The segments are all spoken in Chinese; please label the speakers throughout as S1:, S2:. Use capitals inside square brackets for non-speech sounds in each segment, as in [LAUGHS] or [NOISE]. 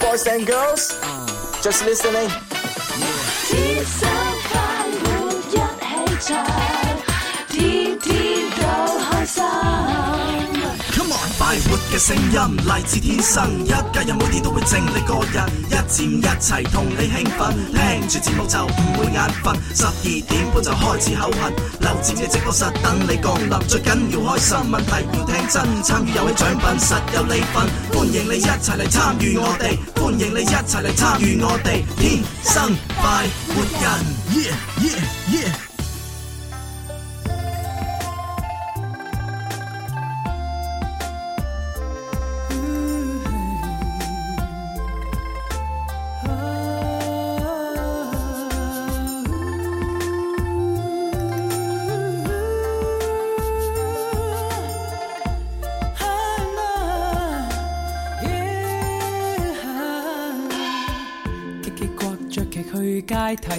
S1: boys and girls，just listening。
S2: 天生快活一起唱，天天都開心。
S3: Come on！快活嘅聲音嚟自天生，一家人每天都會整理個人，一佔一齊同你興奮，聽住節目就唔會眼瞓，十二點半就開始口痕，留佔嘅直播室等你降臨，最緊要開心，問題要聽真，參與遊戲獎品實有你份，歡迎你一齊嚟參與我哋，歡迎你一齊嚟參與我哋，天生快活人，yeah yeah yeah！
S4: 激激刮着劇去街睇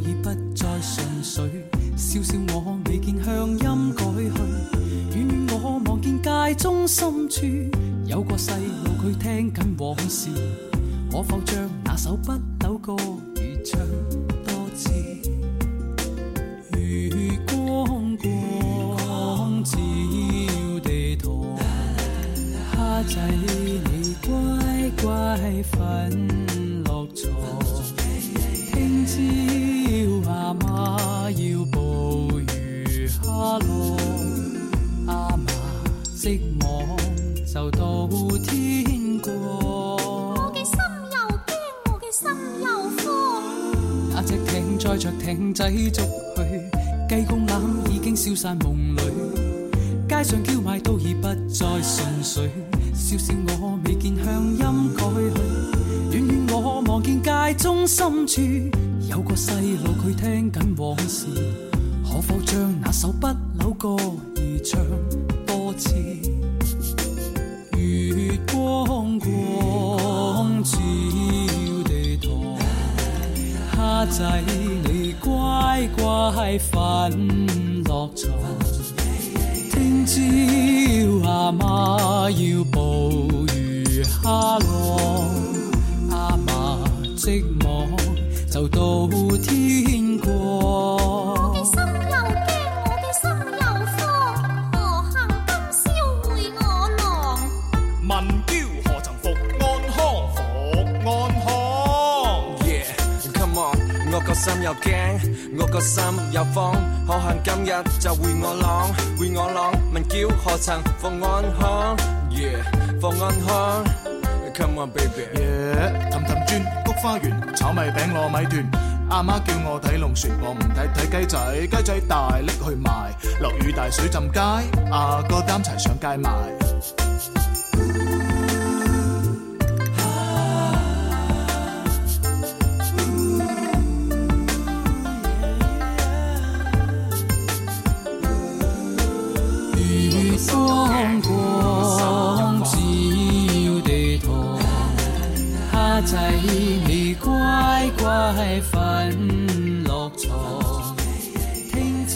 S4: 已不再純粹，笑笑我未見鄉音改去。遠遠我望見街中深處有個細路，佢聽緊往事。可否將那首不朽歌如唱多次？如光光照地堂，蝦仔你乖乖瞓落床。聽朝阿媽要捕魚蝦浪，阿嫲織網就到天光。
S2: 嘅心又驚，我嘅心又慌。
S4: 那隻艇載着艇仔逐去，雞公欖已經消散夢裏。街上叫賣都已不再純粹，笑笑我未見鄉音改去。遠遠我望見街中深處有個細路，佢聽緊往事。可否將那首不朽歌兒唱多次？月光光照地堂。蝦仔，你乖乖瞓落床。聽朝阿媽要捕魚蝦浪，阿嫲織網就到天光。
S2: 嘅心又驚，我嘅心又慌。我行今宵會我郎，
S5: 民嬌何曾復安康？復安康。
S6: Yeah, come on，我個心又驚，我個心又慌，可幸今日就會我朗，會我朗，問叫何曾放安康？Yeah，放安康，come on baby，
S7: 耶！氹氹轉菊花園，炒米餅糯米團。阿媽叫我睇龍船，我唔睇睇雞仔，雞仔大拎去賣。落雨大水浸街，阿哥擔柴上街賣。
S4: 月光光照地堂，蝦仔你乖乖瞓落床，聽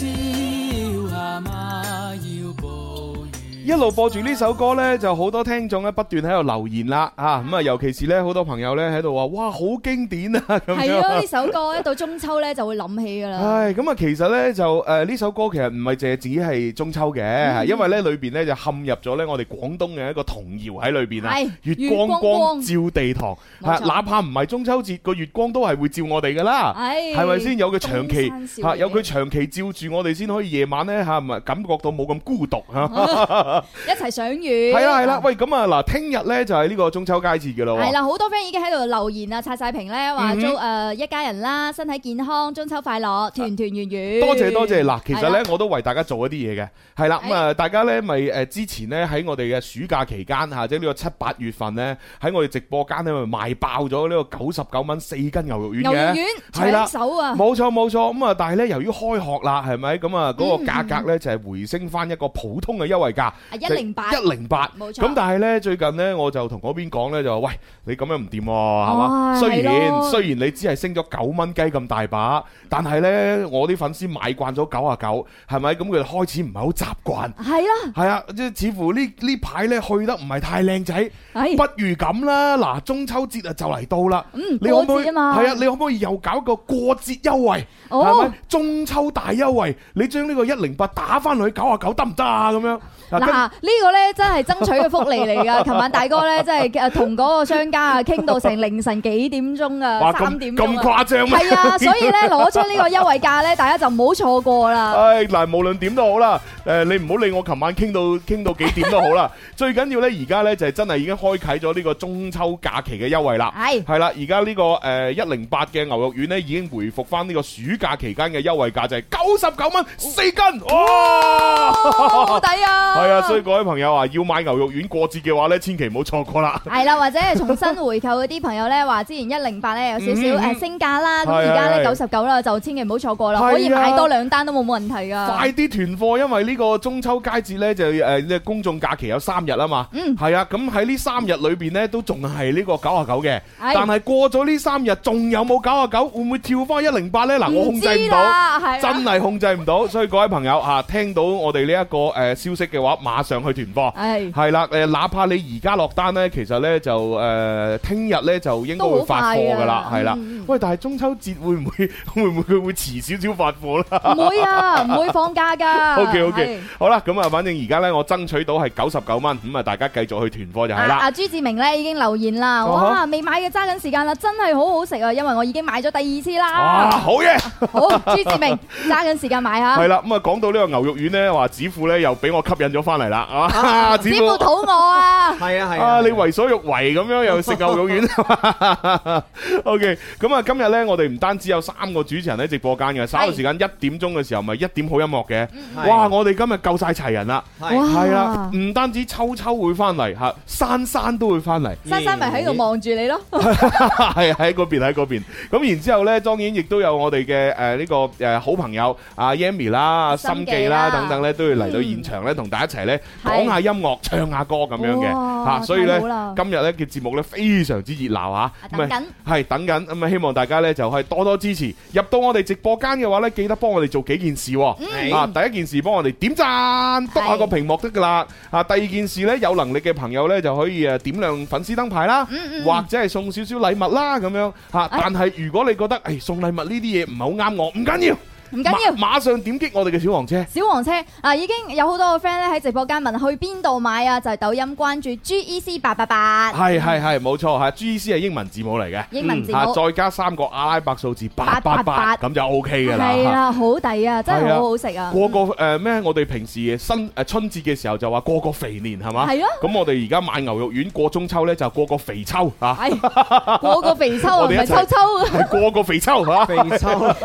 S4: 朝阿媽要捕魚。
S8: 一路播住呢首歌呢，就好多聽眾咧不斷喺度留言啦，啊咁啊，尤其是呢，好多朋友呢喺度話，哇，好經典啊咁
S9: 係咯，
S8: 樣
S9: 呢。首歌一到中秋咧就會諗起噶啦。
S8: 唉，咁啊，其實呢，就誒呢首歌其實唔係淨係只係中秋
S9: 嗯
S8: 嘅，因為呢裏邊呢就陷入咗呢我哋廣東嘅一個童謠喺裏邊啊
S9: 係，
S8: 月光光
S9: 月
S8: 照地堂，
S9: 冇
S8: 嚇
S9: 錯
S8: 哪怕唔係中秋節，個月光都係會照我哋噶啦。
S9: 係
S8: 係咪先有佢長
S9: 東
S8: 期
S9: 山少
S8: 嚇
S9: 爺
S8: 有佢長期照住我哋，先可以夜晚咧嚇唔係感覺到冇咁孤獨嚇。啊
S9: 一齊賞月。
S8: [LAUGHS] 係啦係啦，喂咁啊嗱，聽日咧就係呢個中秋佳節嘅啦喎。
S9: 系啦，好多 friend 已經喺度留言啊，刷晒屏咧，話
S8: 嗯哼啊
S9: 祝诶一家人啦，身體健康，中秋快樂，團團圓圓。
S8: 多謝多謝嗱，其實
S9: 係啊
S8: 咧
S9: 啦
S8: 我都為大家做一啲嘢嘅，係啦咁啊，大家咧咪誒之前咧喺我哋嘅暑假期間嚇，即係呢個七八月份咧，喺我哋直播間咧咪賣爆咗呢個九十九蚊四斤牛肉丸
S9: 牛肉丸
S8: 嘅，係啦
S9: 搶。手啊！
S8: 冇錯冇錯，咁啊，但係咧，由於開學啦，係咪咁啊？嗰個價格咧就係回升翻一個普通嘅優惠
S9: 啊
S8: 價，
S9: 108
S8: 一零八。
S9: 冇錯
S8: 咁但係咧，最近咧我就同嗰邊講咧，就話喂，你咁樣唔掂喎，係嘛？
S9: 唉
S8: 雖
S9: 哦係
S8: 然
S9: 咯
S8: 雖然你只係升咗九蚊雞咁大把，但係咧我啲粉絲買慣咗九啊九，係咪？咁佢哋開始唔係好習慣。
S9: 係啦，
S8: 係啊，即係似乎呢呢排咧去得唔係太靚仔，
S9: 係
S8: 不如咁啦。嗱，中秋節啊就嚟到啦，
S9: 嗯
S8: 你可唔可以
S9: 過節啊嘛
S8: 係啊？你可唔可以又搞個過節優惠？
S9: 哦
S8: 係咪中秋大優惠？你將呢個一零八打翻去九啊九得唔得啊？咁樣
S9: 嗱
S8: 跟
S9: 呢個咧真係爭取嘅福利嚟
S8: [LAUGHS]
S9: 㗎。琴晚大哥咧真係呃同嗰個商家啊傾到成凌晨幾點鐘啊，
S8: 哇
S9: 三
S8: 咁
S9: 點
S8: 咁
S9: 鐘啊。
S8: 誇張咩？
S9: 係啊，所以咧攞出呢個優惠價咧，大家就唔好錯過啦。
S8: 唉，嗱，無論點都好啦，誒，你唔好理我琴晚傾到傾到幾點都好
S9: [LAUGHS]
S8: 啦，最緊要呢，而家呢，就係真係已經開啟咗呢個中秋假期嘅優惠啦。
S9: 係
S8: 係啦，而家呢個誒一零八嘅牛肉丸呢，已經回復翻呢個暑假期間嘅優惠價，就係九十九蚊四斤。
S9: 哦
S8: 哇！
S9: 好抵啊！
S8: 係啊，所以各位朋友啊，要買牛肉丸過節嘅話呢，千祈唔好錯過啦。
S9: 係啦，或者係重新回購嗰啲朋友咧，話之前一零八咧有少
S8: 嗯
S9: 少誒升價啦，咁
S8: 係
S9: 而家咧
S8: 係
S9: 九十九啦，就千祈唔好錯過啦，
S8: 係啊
S9: 可以買多兩單都冇問題
S8: 快
S9: 噶。
S8: 啲囤貨，因為呢個中秋佳節呢，就誒呢個公眾假期有三日啊嘛，
S9: 嗯
S8: 係啊，咁喺呢三日裏邊呢，都仲係呢個九啊九嘅，但
S9: 係
S8: 係過咗呢三日仲有冇九啊九？會唔會跳翻一零八呢？嗱，我控制唔
S9: 知
S8: 到。
S9: 啦，係
S8: 真
S9: 啦
S8: 係控制唔到，所以各位朋友啊，聽到我哋呢一個誒消息嘅話，馬上去囤貨。
S9: 係
S8: 係啦，誒，哪怕你而家落單呢，其實呢就誒，聽日呢就應該會發貨㗎啦，
S9: 都好快㗎
S8: 係啦
S9: 嗯。
S8: 啊喂，但係中秋節會唔會 [LAUGHS] 會唔會佢會遲少少發貨呢？
S9: 唔會
S8: [LAUGHS]
S9: 啊，唔會放假㗎。
S8: O K O K，
S9: 係
S8: 好啦，咁啊，反正而家呢，我爭取到係九十九蚊，咁啊，大家繼續去囤貨就係
S9: 啊
S8: 啦。
S9: 啊朱志明咧已經留言啦，哇未買嘅揸緊時間啦，真係好好食啊，因為我已經買咗第二次
S8: 哇，
S9: 啦。
S8: 好嘢！
S9: 好，朱志明揸緊時間買
S8: [LAUGHS] 係
S9: 嚇。
S8: 啦，咁啊，講到呢個牛肉丸呢，話子富呢又俾我吸引咗翻嚟啦， [LAUGHS] 啊，子
S9: 子
S8: 富
S9: 父肚餓啊！
S6: 係啊係
S8: 啊，你為所欲為咁樣又食牛肉
S6: [LAUGHS]
S8: 丸。O K，咁啊，今日呢，我哋唔單止有三個主持人喺直播間嘅，稍後時間一點鐘嘅時候咪一點好音樂嘅。
S6: 嗯
S8: 哇！我哋今日夠晒齊人啦，
S9: 哇
S8: 係啦，唔單止秋秋會翻嚟嚇，珊珊都會翻嚟。
S9: 珊珊咪喺度望住
S8: [LAUGHS]
S9: 你咯。
S8: 係喺嗰邊喺嗰邊，咁然之後呢，當然亦都有我哋嘅誒呢個誒、呃好朋友阿 Yami 啦、
S9: 心
S8: 心
S9: 記
S8: 記啦
S9: 啦
S8: 等等呢，都要嚟到現場呢，同大家一齊呢
S9: 係
S8: 講下音樂、唱下歌咁樣嘅嚇、
S9: 哇
S8: 所以呢
S9: 太好，啦
S8: 今日呢嘅節目呢，非常之熱鬧嚇，
S9: 等緊
S8: 咁啊係等緊，咁啊希望大家呢，就係多多支持。入到我哋直播間嘅話呢，記得幫我哋做幾件事喎、啊，第一件事幫我哋點讚，篤下個屏幕得噶啦。啊，第二件事呢，有能力嘅朋友呢，就可以誒點亮粉絲燈牌啦，或者係送少少禮物啦咁樣嚇。
S9: 哎
S8: 但係如果你覺得誒送禮物呢啲嘢唔係好啱我，唔緊要，
S9: 唔緊要
S8: 馬馬上點擊我哋嘅小黃車。
S9: 小黃車啊，已經有好多個 friend 咧喺直播間問去邊度買啊，就係抖音關注 GEC 八八八，
S8: 係係係，冇錯嚇，G C 係英文字母嚟嘅，
S9: 英文字
S8: 嚇
S9: 母
S8: 再加三個阿拉伯數字八八八，
S9: 888
S8: 咁就 O K 㗎啦。
S9: 係
S8: 嚇
S9: 啊，好抵啊，真
S8: 係
S9: 係
S8: 啊
S9: 好好食啊！
S8: 過個誒咩？我哋平時新誒春節嘅時候就話過個肥年係嘛？
S9: 係咯
S8: 咁我哋而家買牛肉丸過中秋咧，就過個肥秋啊！
S9: 係
S8: [LAUGHS]
S9: 嗰個哎肥秋啊，
S8: 我
S9: 唔
S8: 哋一
S9: 係秋
S8: 齊
S9: [LAUGHS] 秋啊，
S8: [LAUGHS] 係過個肥秋嚇。
S6: 肥秋。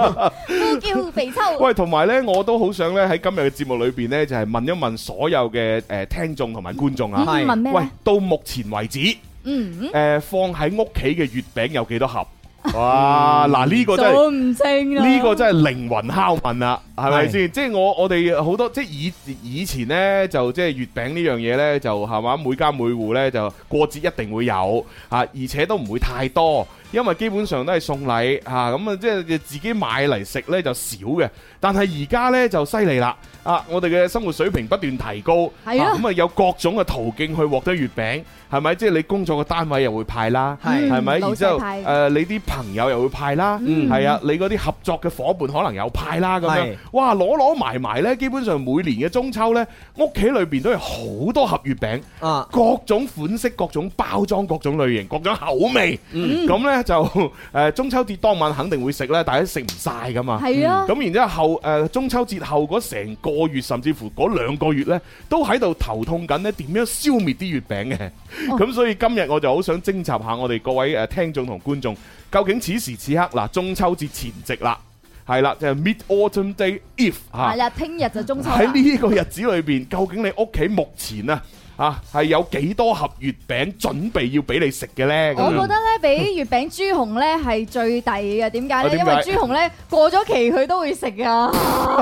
S9: 都叫肥秋。
S8: [LAUGHS] 喂，同埋咧，我都好想咧喺今日嘅節目裏邊咧，就係問一問所有嘅誒聽眾同埋觀眾
S9: 嗯
S8: 啊。
S6: 係
S9: 問咩
S8: 喂
S9: 咧？，
S8: 到目前為止，
S9: 嗯，
S8: 誒放喺屋企嘅月餅有幾
S9: [LAUGHS]
S8: 多盒？哇！啊嗱，呢個真係〜
S9: 數唔清啊啦。
S8: 呢個真係靈魂拷問啦，係咪
S6: 係
S8: 先？即係我我哋好多即係以以前呢，就即係月餅呢樣嘢呢，就係嘛每家每戶呢，就過節一定會有啊，而且都唔會太多，因為基本上都係送禮啊，咁啊即係自己買嚟食呢就少嘅。但係而家呢，就犀利啦啊！我哋嘅生活水平不斷提高，
S9: 係啊
S8: 咁啊有各種嘅途徑去獲得月餅，係咪？即係你工作嘅單位又會派啦，
S6: 係
S8: 係咪？
S9: 老細
S8: 然之後
S9: 派
S8: 誒，你啲朋友又會派啦，係啊，你嗰啲合作嘅伙伴可能有派啦咁樣
S6: 嗯係。
S8: 哇攞攞埋埋呢，基本上每年嘅中秋呢，屋企裏邊都有好多盒月餅，
S6: 啊，
S8: 各種款式、各種包裝、各種類型、各種口味。
S6: 嗯
S8: 咁呢，就 [LAUGHS] 誒中秋節當晚肯定會食啦，但係食唔晒噶嘛。
S9: 係
S6: 嗯
S9: 啊，
S8: 咁然之後，誒、中秋節後嗰成個月，甚至乎嗰兩個月呢，都喺度頭痛緊呢點樣消滅啲月餅嘅。
S9: 哦
S8: 咁、所以今日我就好想徵集下我哋各位誒、聽眾同觀眾，究竟此時此刻嗱中秋節前夕啦，係啦，即係 Mid Autumn Day Eve 嚇、
S9: 係啦，聽日就中秋啦。
S8: 喺呢個日子裏邊，究竟你屋企目前啊啊係有幾多盒月餅準備要俾你食嘅呢？咁
S9: 我覺
S8: 樣
S9: 得咧，比月餅豬紅咧係最抵嘅。點解
S8: 啊
S9: 咧？
S8: 點
S9: 因
S8: 解
S9: 為豬紅咧過咗期佢都會食
S8: [LAUGHS]
S9: 啊，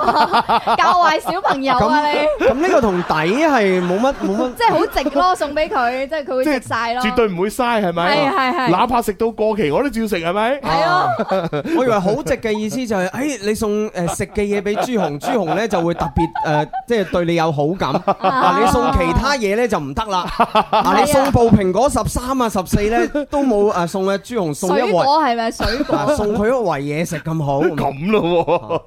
S9: 教壞小朋友啊你，
S6: 咁呢個同底係冇乜
S9: [LAUGHS]
S6: 冇乜。
S9: 即係好值咯，送俾佢，即係佢會食晒咯。
S8: 絕對唔會嘥係咪？
S9: 係係係
S8: 哪怕食到過期我都照食係咪？
S9: 係啊，
S6: [LAUGHS] 我以為好直嘅意思就係、 [LAUGHS] 哎你送誒、食嘅嘢俾朱 [LAUGHS] 紅，朱紅咧就會特別誒、即係對你有好感。 [LAUGHS] 啊，你送其他嘢咧就唔得啦。 [LAUGHS] 啊，你送部蘋果十三啊、十四咧都冇誒、送啊朱紅送一
S9: 水
S6: 圍，
S9: 果係咪水果？
S6: 啊送佢一圍嘢食咁好。
S8: 咁咯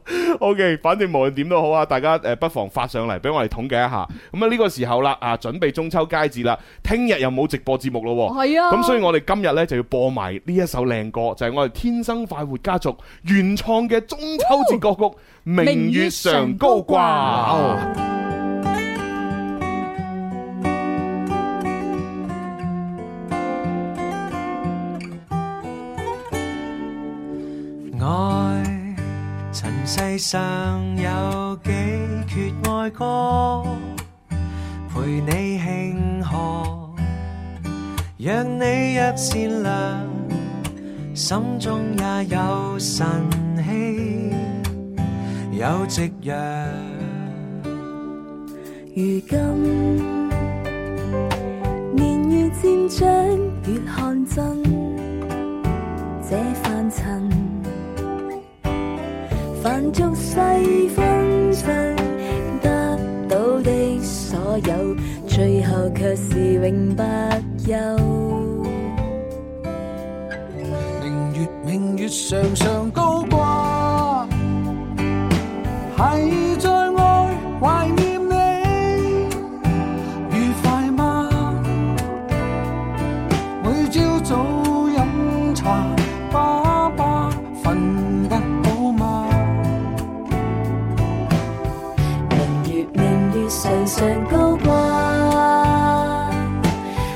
S8: 喎，OK，反正無論點都好啊，大家誒不妨發上嚟俾我哋統計一下。咁啊呢個時候啦，啊準備中秋佳節啦，聽日又冇直播節目咯喎。
S9: 係啊
S8: 咁所以我哋今日呢就要播埋呢一首靚歌，就係我哋天生快活家族原創嘅中秋節歌曲《明月常高掛》。
S10: 愛塵世上有幾缺愛歌，陪你慶賀，讓你若善良，心中也有晨曦，有夕陽。
S2: 如今年月漸長，越看真，這凡塵凡俗世紛爭得到的所有，最後卻是永不休。
S3: 明月明月常常高掛，係在愛懷念你，愉快嗎？每朝早飲茶，爸爸瞓得好嗎？
S2: 明月明月常常高掛，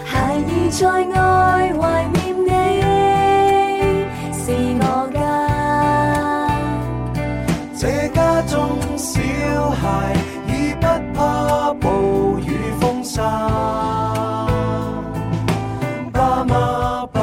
S2: 孩兒在外懷念你，是我家。
S10: 這家中小孩已不怕暴雨風沙，爸媽不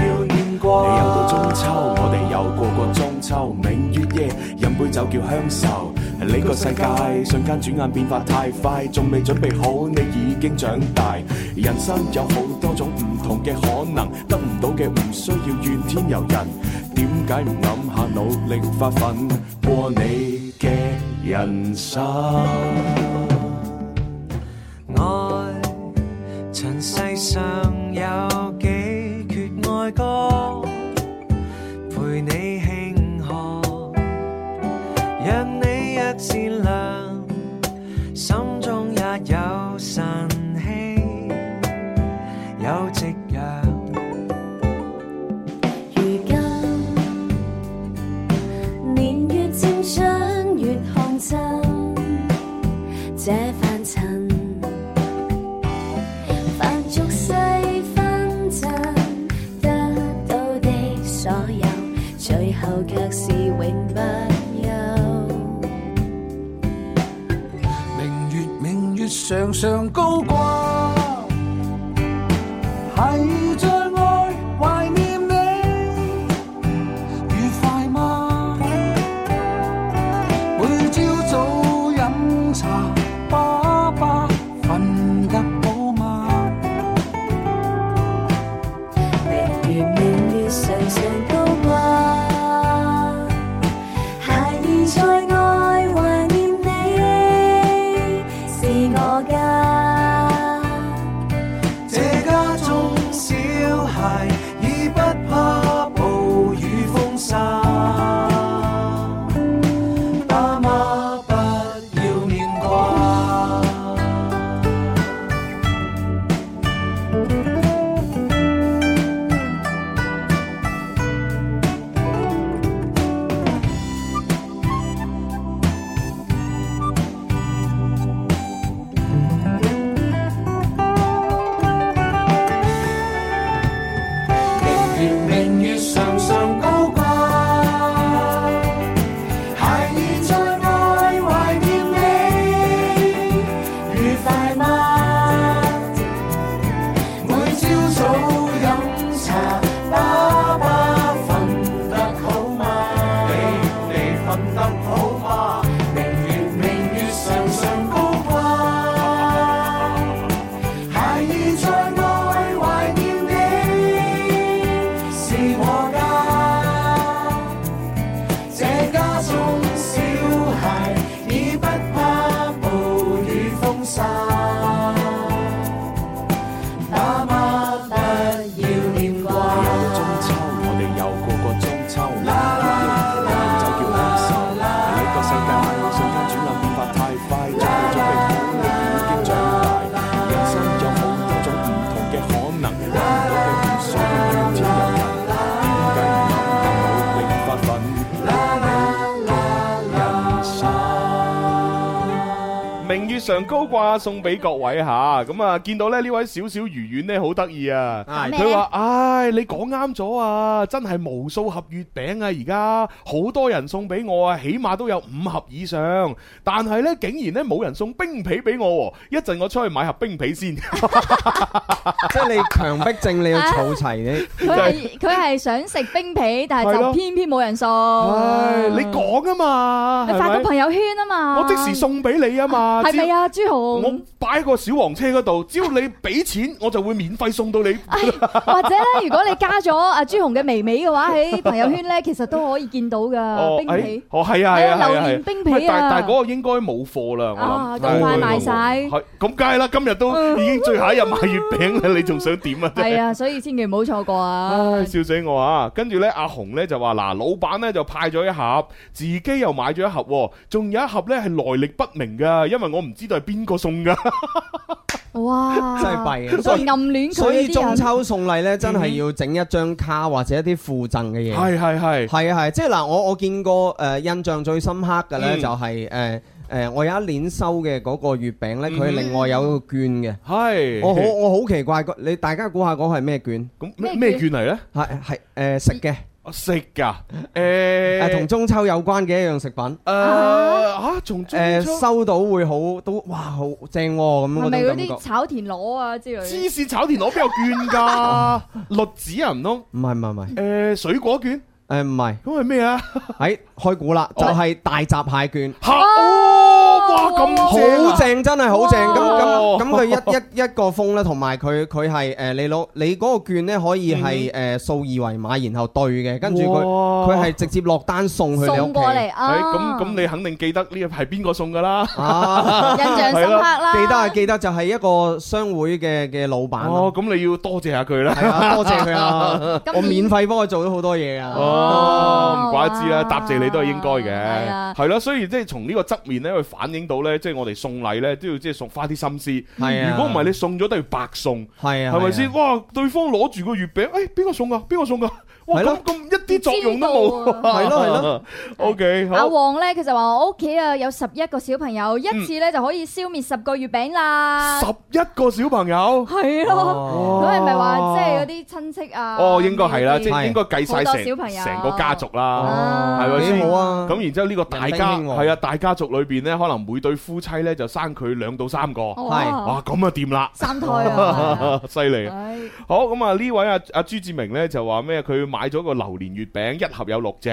S10: 要念掛。
S3: 你又到中秋，我哋又過個中秋，明月夜飲杯酒叫鄉愁。呢個世界瞬間轉眼變化太快，仲未準備好，你已經長大。人生有好多種唔同嘅可能，得唔到嘅唔需要怨天尤人。點解唔諗下努力發奮過你嘅人生？
S10: 愛塵世上有幾缺愛歌，陪你慶賀，讓你若善良，心中也有晨曦，有夕陽。
S2: 如今年月漸長，越看真，這凡塵凡俗世紛爭得到的所有，最後卻是永不休。
S3: 明月明月常常高掛，係在愛懷念你，愉快嗎？每朝早飲茶，爸爸瞓得好嗎？
S2: 明月明月常常高掛，孩兒在外懷念你，是我家。
S10: 這家中小
S8: 上高掛送俾各位吓，咁啊見到咧呢位小小魚丸咧好得意啊，
S11: 係
S8: 佢話：唉，你講啱咗啊，真係無數盒月餅啊，而家好多人送俾我啊，起碼都有五盒以上，但係咧竟然咧冇人送冰皮俾我喎，一陣我出去買盒冰皮先。
S11: [LAUGHS] 即係你強迫症，你要儲齊你。
S9: 啊佢哎係佢係想食冰皮，但係
S11: 係
S9: 就
S11: 咯
S9: 偏偏冇人送。
S8: 唉，你講啊嘛，
S9: 你發
S8: 係
S9: 個
S8: 咪
S9: 朋友圈啊嘛，
S8: 我即時送俾你啊嘛，
S9: 係咪啊
S8: 只
S9: 朱紅
S8: 我擺喺個小黃車嗰度，只要你俾錢，我就會免費送到你。
S9: 哎或者咧，如果你加咗阿朱紅嘅微微嘅話，喺朋友圈咧，其實都可以見到噶
S8: 哦，
S9: 冰
S8: 哎
S9: 皮。
S8: 哦，係啊，係
S9: 榴
S8: 啊，係啊係
S9: 蓮
S8: 啊
S9: 冰皮啊
S8: 唔係但但嗰個應該冇貨啦，
S9: 啊
S8: 我諗。
S9: 咁快
S8: 係
S9: 賣晒嗯
S8: 係咁梗係啦，今日都已經最後一日賣月餅啦，你 [LAUGHS] 仲想點啊？真係
S9: [LAUGHS] 係啊，。所以千祈唔好錯過啊！
S8: 唉， [LAUGHS] 笑死我啊！跟住呢，阿紅呢就話嗱，老闆呢就派咗一盒，自己又買咗一盒喎，仲有一盒呢係來歷不明噶，因為我唔知道係邊個送噶。
S9: 哇，
S11: 真係弊啊！
S9: 就暗戀佢
S11: 所以
S9: 嗰啲
S11: 中
S9: 人
S11: 秋送禮咧，真係要整一張卡或者一啲附贈嘅嘢。
S8: 係係係
S11: 係啊係，即係嗱，我我見過誒印象最深刻嘅咧
S8: 嗯
S11: 就係誒誒，我有一年收嘅嗰個月餅咧，佢係
S8: 嗯
S11: 另外有個券嘅。
S8: 係
S11: 我好我好奇怪，個你大家估下嗰係咩券？
S8: 咁咩咩券嚟咧？
S11: 係係誒食嘅。
S8: 食㗎誒
S11: 誒同中秋有關嘅一樣食品。
S8: 誒嚇，仲
S11: 誒收到會好都哇好正喎咁
S9: 係咪嗰
S11: 嗰種感
S9: 啲
S11: 覺。
S9: 炒田螺啊之類？
S8: 芝士炒田螺邊有券㗎？栗子啊唔通？
S11: 唔係唔係唔係。
S8: 誒水果券？
S11: 誒唔係。
S8: 咁係咩啊？
S11: 喺開估啦，就係大閘蟹券。
S8: 嚇哦！哇咁
S11: 好正，真係好正。咁
S8: 啊哇 [LAUGHS]
S11: 咁咁，佢一一一個封咧，同埋佢佢係誒你攞你嗰個券咧，可以係誒掃二維碼，然後對嘅，跟住佢
S8: 嗯哇
S11: 佢係直接落單送去你屋
S9: 送
S11: 企
S9: 過。嚟啊！
S8: 誒咁咁，你肯定記得呢個係邊個送㗎啦？
S11: [LAUGHS] 啊
S9: 印象深
S8: 係
S9: 刻
S8: 咯
S9: 啦！
S11: 記得啊，記得就係一個商會嘅嘅老闆咯，，
S8: 哦咁你要多謝下佢啦。
S11: 係啊，多謝
S9: [LAUGHS]
S11: 佢啊
S9: 今，
S11: 我
S9: 年
S11: 免費幫佢做咗好多嘢啊。
S8: 哦，唔怪之啦，
S9: 哇
S8: 答謝你都係應該
S9: 係啊
S8: 嘅，係咯，所以即係從呢個側面咧，去反映到咧，即係我哋送禮咧都要即係送花啲心思。
S11: 係啊
S8: 如果唔係你送咗都係白送，
S11: 係啊，
S8: 係咪
S11: 係
S8: 先？
S11: 啊？
S8: 哇，對方攞住個月餅，誒邊個送噶？邊個送噶？啊哇，
S11: 係咯
S8: 咁咁一啲作用都
S9: 知道
S8: [LAUGHS] 冇。
S11: 係咯係咯。
S8: OK，
S9: 阿
S8: 好。
S9: 旺咧，佢就話我屋企啊有十一個小朋友，一次咧就可以消滅十個月餅啦。
S8: 十一個小朋友。
S9: 係咯，咁係咪話即係嗰啲親戚啊？
S8: 哦，應該係啦，
S9: 嗰啲
S8: 即係應該計晒
S9: 好多小朋
S8: 成
S9: 友
S8: 成個家族啦
S9: 啊，
S8: 係咪
S11: 幾
S8: 先？
S11: 好啊
S8: 咁然之後呢個大
S11: 人
S8: 家
S11: 丁興旺
S8: 係啊，大家族裏邊咧，可能每對夫妻咧就生佢兩到三個，
S9: 哇
S11: 係
S8: 哇，咁啊掂啦，
S9: 哦三胎啊！
S8: [LAUGHS] 犀利啊！
S9: 唉
S8: 好咁啊！呢位啊阿朱志明呢就話咩？佢買咗個榴蓮月餅，一盒有六隻，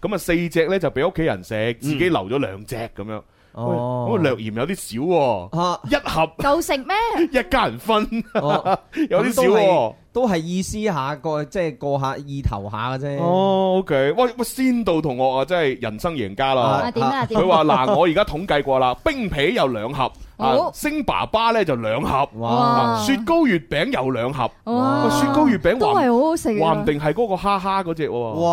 S8: 咁啊四隻呢就俾屋企人食，自己留咗兩隻咁樣。喂
S11: 嗯哦
S8: 咁啊略嫌有啲少喎，
S11: 啊
S8: 一盒
S9: 夠食咩？
S8: [LAUGHS] 一家人分，
S11: 哦
S8: [LAUGHS] 有啲少
S11: 咁都係
S8: 喎。
S11: 都係意思下個即係過下意頭下嘅啫。
S8: 哦，OK，喂喂，先到同學啊，真係人生贏家
S9: 啊
S8: 啦！
S9: 點啊點啊？
S8: 佢話嗱，我而家統計過啦，冰皮有兩盒，啊
S9: 好，
S8: 星爸爸呢就兩盒，
S9: 哇
S8: 啊雪糕月餅有兩盒，
S9: 哇
S8: 喂雪糕月餅
S9: 都係
S8: 話
S9: 好好食嘅，
S8: 話唔定係嗰個哈哈嗰只喎，
S11: 哇！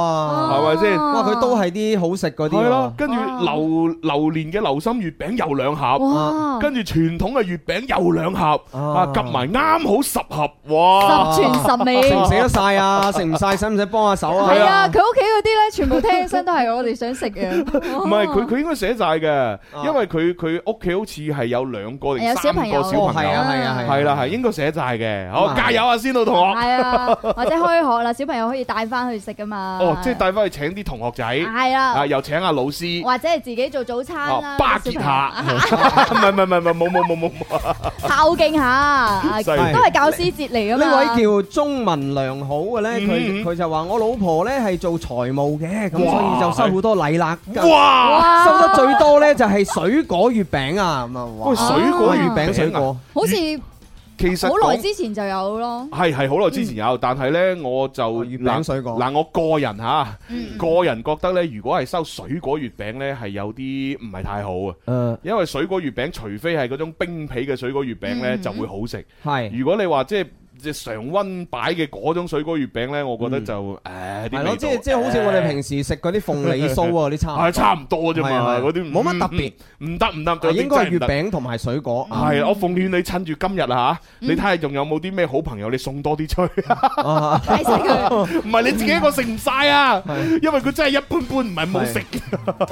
S8: 係咪先？
S9: 哦 [LAUGHS]
S11: 哇！佢都係啲好食嗰啲
S8: 係
S11: 喎
S8: 咯，。跟住
S9: 哇
S8: 榴榴蓮嘅流心月餅有兩盒，
S9: 哇，
S8: 跟住傳統嘅月餅有兩盒，啊
S11: 啊
S8: 夾埋啱好十盒，哇！
S9: 十全十美。
S11: 食唔食得晒啊？食唔晒使唔使幫下手啊？
S9: 係啊，佢屋企嗰啲咧，全部聽起身都係我哋想食嘅。
S8: [LAUGHS] 唔
S9: 唔
S8: 係佢佢應該寫晒嘅，因為佢佢屋企好似係有兩個定
S9: 有小
S8: 三
S9: 朋友
S8: 個小
S11: 哦，
S8: 朋
S11: 係
S8: 友
S11: 啊，，係啊，係啊。
S8: 係啦係應該寫晒嘅。
S11: 咁
S8: 好
S11: 啊
S8: 加油啊，先到同學！
S9: 係啊，或者開學啦，小朋友可以帶翻去食噶嘛。
S8: 哦，即係帶翻去請啲同學仔，
S9: 係
S8: 啊
S9: 啦，
S8: 又請下老師，
S9: 或者係自己做早餐
S8: 啊
S9: 啦，
S8: 巴
S9: 小
S8: 結
S9: 朋友
S8: 下， [LAUGHS] 唔係唔係唔係唔係冇冇冇冇冇。
S9: 孝敬下，
S8: [LAUGHS]
S9: 啊
S8: 犀
S9: 都
S8: 利
S9: 係教師節嚟噶嘛。
S11: 呢位叫中文良好嘅咧，
S8: 嗯
S11: 佢佢就話：我老婆咧係做財務嘅，咁所以就收好多禮啦。
S8: 哇！
S9: 哇
S11: 收得最多咧就係水果月餅啊！咁啊，哇
S8: 喂，水果月
S11: 餅
S8: 餅
S11: 水
S8: 啊
S11: 果，
S9: 好似
S8: 其實
S9: 好耐
S8: 講
S9: 之前就有咯。
S8: 係係好耐之前
S11: 嗯
S8: 有，但係呢，我就
S11: 哦月餅
S8: 嗱
S11: 水果
S8: 嗱，我個人嚇，個人覺得呢，如果係收水果月餅呢，係有啲唔係太好啊，
S11: 誒
S8: 因
S11: 嗯
S8: 為水果月餅除非係嗰種冰皮嘅水果月餅呢，就會好食。
S11: 係
S8: 如果你話即係即係常温擺嘅嗰種水果月餅咧，我覺得
S11: 嗯
S8: 就誒
S11: 係
S8: 啲
S11: 咯，
S8: 味
S11: 即
S8: 道
S11: 係即係好似我哋平時食嗰啲鳳梨酥啊嗰啲差唔多，
S8: 啊係差唔多啫嘛
S11: 係啊
S8: 嗰啲唔嗯
S11: 冇乜特別，啊
S8: 唔得唔得，
S11: 應該係
S8: 真
S11: 月
S8: 唔得
S11: 餅同埋水果。
S8: 系我奉勸你趁住今日啊吓，
S11: 嗯
S8: 你睇下仲有冇啲咩好朋友，你送多啲出去。
S11: 啊
S8: [LAUGHS] 唔係你自己一個食唔晒啊，因為佢真係一般般，唔係冇食。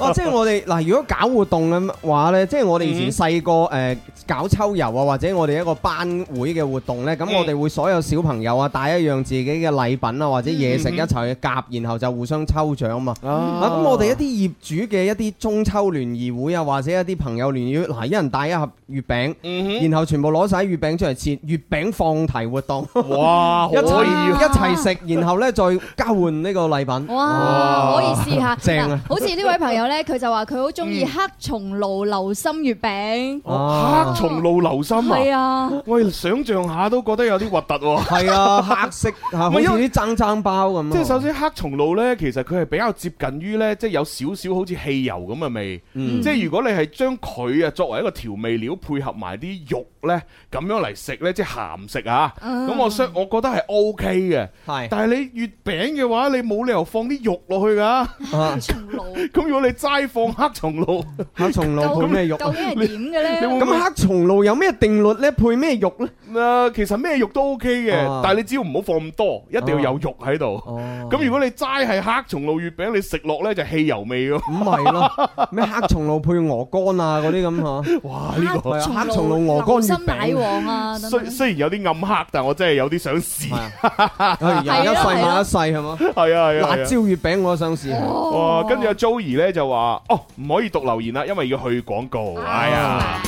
S11: [LAUGHS] 哦，即係我哋嗱，如果搞活動嘅話咧，即係我哋以前細個誒搞秋遊啊，或者我哋一個班會嘅活動咧，咁我哋會所有小朋友啊帶一樣自己嘅禮品啊或者嘢食
S8: 嗯
S11: 一齊去夾，然後就互相抽獎嘛。啊，咁
S8: 哦
S11: 我哋一啲業主嘅一啲中秋聯誼會啊，或者一啲朋友聯誼會，嗱，一人帶一盒月餅，然後全部攞晒月餅出嚟切月餅放題活動。 [LAUGHS]
S8: 哇
S11: 一
S8: 可
S11: 齊
S8: 以
S11: 一齊食，然後咧再交換呢個禮品。
S9: 哇，可以試下。
S11: [LAUGHS] 正
S9: 嗱
S11: 啊！
S9: 好似呢位朋友咧，佢就話佢好中意黑松露流心月餅。
S11: 啊
S8: 黑松露流心啊！
S9: 係啊，
S8: 喂，想象下都覺得有啲核突喎。
S11: 係啊，黑色嚇，好
S8: 唔係
S11: 似
S8: 因為
S11: 啲爭爭包咁啊。
S8: 即係首先黑松露呢，其實佢係比較接近於呢，即係有少少好似汽油咁嘅味。
S11: 嗯
S8: 即係如果你係將佢啊作為一個調味料配合埋啲肉呢，咁樣嚟食呢，即係鹹食啊。
S11: 啊
S8: 咁我相我覺得係 O K 嘅。
S11: 係
S8: 但係你月餅嘅話，你冇理由放啲肉落去
S11: 啊
S8: 㗎。咁如果你齋放黑松露，
S11: 黑松露配咩肉啊？
S9: 嘅咧
S8: 你 [LAUGHS] 會唔會
S11: 咁黑松露有咩定律咧？配咩肉咧？
S8: 啊，其實咩肉都 OK 嘅
S11: 啊，
S8: 但係你只要唔好放咁多，一定要有肉喺度。
S11: 哦
S8: 咁如果你齋係黑松露月餅，你食落呢就汽油味咯。
S11: 唔係咯，咩黑松露配鵝肝啊嗰啲咁嚇。
S8: [LAUGHS] 哇！呢個
S11: 係啊黑松露鵝肝月
S9: 心奶黃啊，等
S8: 雖
S9: 等。
S8: 雖然有啲暗黑，但我真係有啲想試。
S11: 係人一世物一世係嘛？
S8: 係啊係啊，
S11: 辣椒月餅我都想試。
S8: 哇！跟住阿 Joey 咧就話：哦，唔可以讀留言啦，因為要去廣告。哎呀！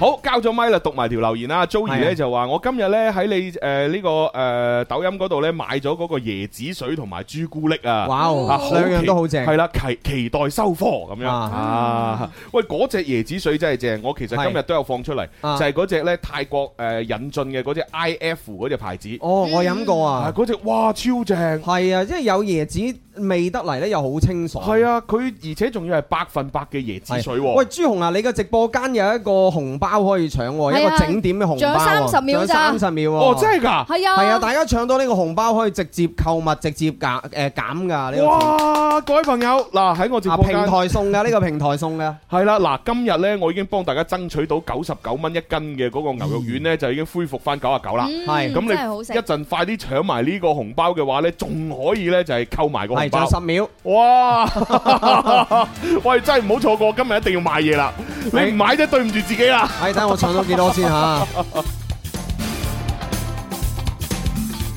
S8: 好，交咗咪啦，讀埋條留言啦。Joey
S11: 係
S8: 咧
S11: 啊
S8: 就話：我今日咧喺你誒呢個誒抖音嗰度咧買咗嗰個椰子水同埋朱古力啊！
S11: 哇哦
S8: 啊好
S11: 兩樣
S8: 期
S11: 都好正
S8: 係啦，期期待收貨咁樣
S11: 啊
S8: 啊！喂，嗰只椰子水真係正，我其實今日
S11: 係
S8: 都有放出嚟，
S11: 啊
S8: 就係嗰只咧泰國誒引進嘅嗰只 IF 嗰只牌子。
S11: 哦，
S9: 嗯
S11: 我飲過
S8: 啊
S11: 啊。
S8: 嗰只哇超正！
S11: 係啊，即係有椰子味得嚟咧，又好清爽。
S8: 係啊，佢而且仲要係百分百嘅椰子水喎。
S11: 哎喂，朱紅啊，你嘅直播間有一個紅包可以搶喎，一
S9: 係啊
S11: 個整點嘅紅包喎，
S9: 仲有30秒咋
S11: 三十秒喎。
S8: 哦，真係㗎！
S9: 係啊，
S11: 係啊，大家搶到呢個紅包可以直接購物，直接減誒減㗎呢個錢。
S8: 哇！各位朋友，嗱喺我直
S11: 啊，
S8: 播
S11: 平
S8: 間
S11: 台送㗎，呢個平台送㗎。
S8: 係啦，嗱今日呢，我已經幫大家爭取到九十九蚊一斤嘅嗰個牛肉丸
S11: 嗯
S8: 呢，就已經恢復翻九啊九啦。
S11: 係
S8: 咁
S9: 嗯真係好食
S8: 你一陣快啲搶埋呢個紅包嘅話呢，仲可以呢，就係購埋個
S11: 係，
S8: 紅
S11: 仲有
S8: 包
S11: 十。秒。
S8: 哇！ [LAUGHS] 喂，真係唔好錯過，今日一定要買嘢啦！你唔買啫，對唔住自己啦。
S11: 係，哎等我搶到幾多先啊嚇？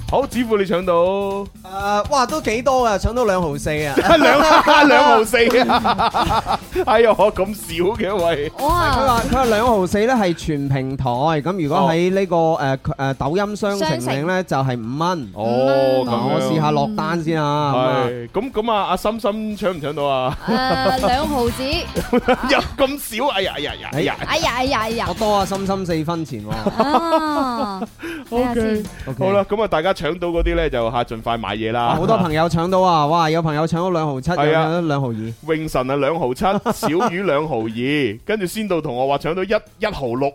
S8: 好，子富你搶到
S11: 誒，哇，都幾多啊，搶到兩毫四啊！
S8: 兩 [LAUGHS] 兩毫四
S12: [LAUGHS]
S8: 啊！ [LAUGHS] 哎呀，我咁少嘅喂。
S11: 佢
S9: 哇！
S11: 話佢話兩毫四咧係全平台，咁如
S8: 哦
S11: 果喺呢個誒誒抖音商城領咧就係五蚊。
S8: 哦，咁
S11: 嗱，我
S8: 樣嗯
S11: 試下落單先啊。咁啊
S8: 係咁咁啊！阿心心搶唔搶到啊？
S9: 誒兩毫
S11: [LAUGHS]
S9: 子，
S8: 又 [LAUGHS] 咁少，哎呀哎呀哎呀哎呀！
S9: 哎呀哎呀哎呀
S11: 我！多啊，深深四分錢喎。
S9: 啊，睇下先。
S8: 好啦，咁啊，大家搶到嗰啲咧就吓盡快買嘢啦。
S11: 啊好多朋友搶到啊！哇，有朋友搶到兩毫七，有朋
S8: 係啊
S11: 友搶到兩毫二。
S8: 永神啊，兩
S11: [LAUGHS]
S8: 毫七，小魚兩毫二，跟住先到同我話搶到一一毫六，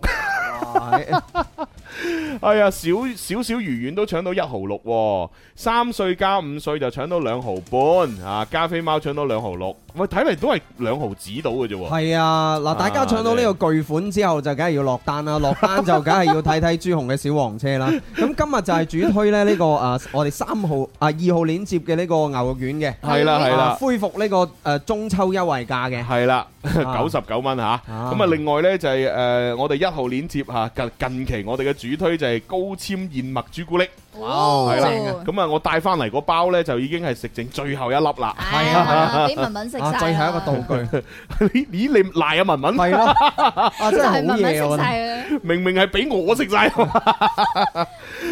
S8: 哎呀，小小小魚丸都搶到一毫六喎，三歲加五歲就搶到兩毫半啊，加菲貓搶到兩毫六，喂，睇嚟都係兩毫紙到嘅啫喎。
S11: 係啊，嗱，大家搶到呢個巨款之後，就梗係要落單啦。
S8: [LAUGHS]
S11: 落單就梗係要睇睇朱紅嘅小黃車啦。咁今日就係主推咧呢個啊，我哋三號啊二號鏈接嘅呢個牛肉丸嘅，
S8: 係啦係
S11: 啊
S8: 啦。
S11: 恢復呢個誒呃中秋優惠價嘅。
S8: 係啦，
S11: 啊
S8: 九十九蚊吓，咁啊另外呢，就係誒我哋一號鏈接吓，近近期我哋嘅主推就係高纖燕麥朱古力，
S9: 哇哦
S8: 係啦，咁啊我帶翻嚟嗰包呢，就已經係食剩最後一粒啦。
S9: 係啊，俾文文食晒
S11: 啊，
S9: 啦。
S11: 最後一個道
S9: [LAUGHS]
S11: 具，
S8: [LAUGHS] 咦你賴啊文文，
S11: 係咯，啊 [LAUGHS] 真係
S9: 真
S11: 好
S9: 係文文
S11: 嘢
S9: 食晒
S11: 喎！
S9: 嘅。
S8: 明明係俾我食晒。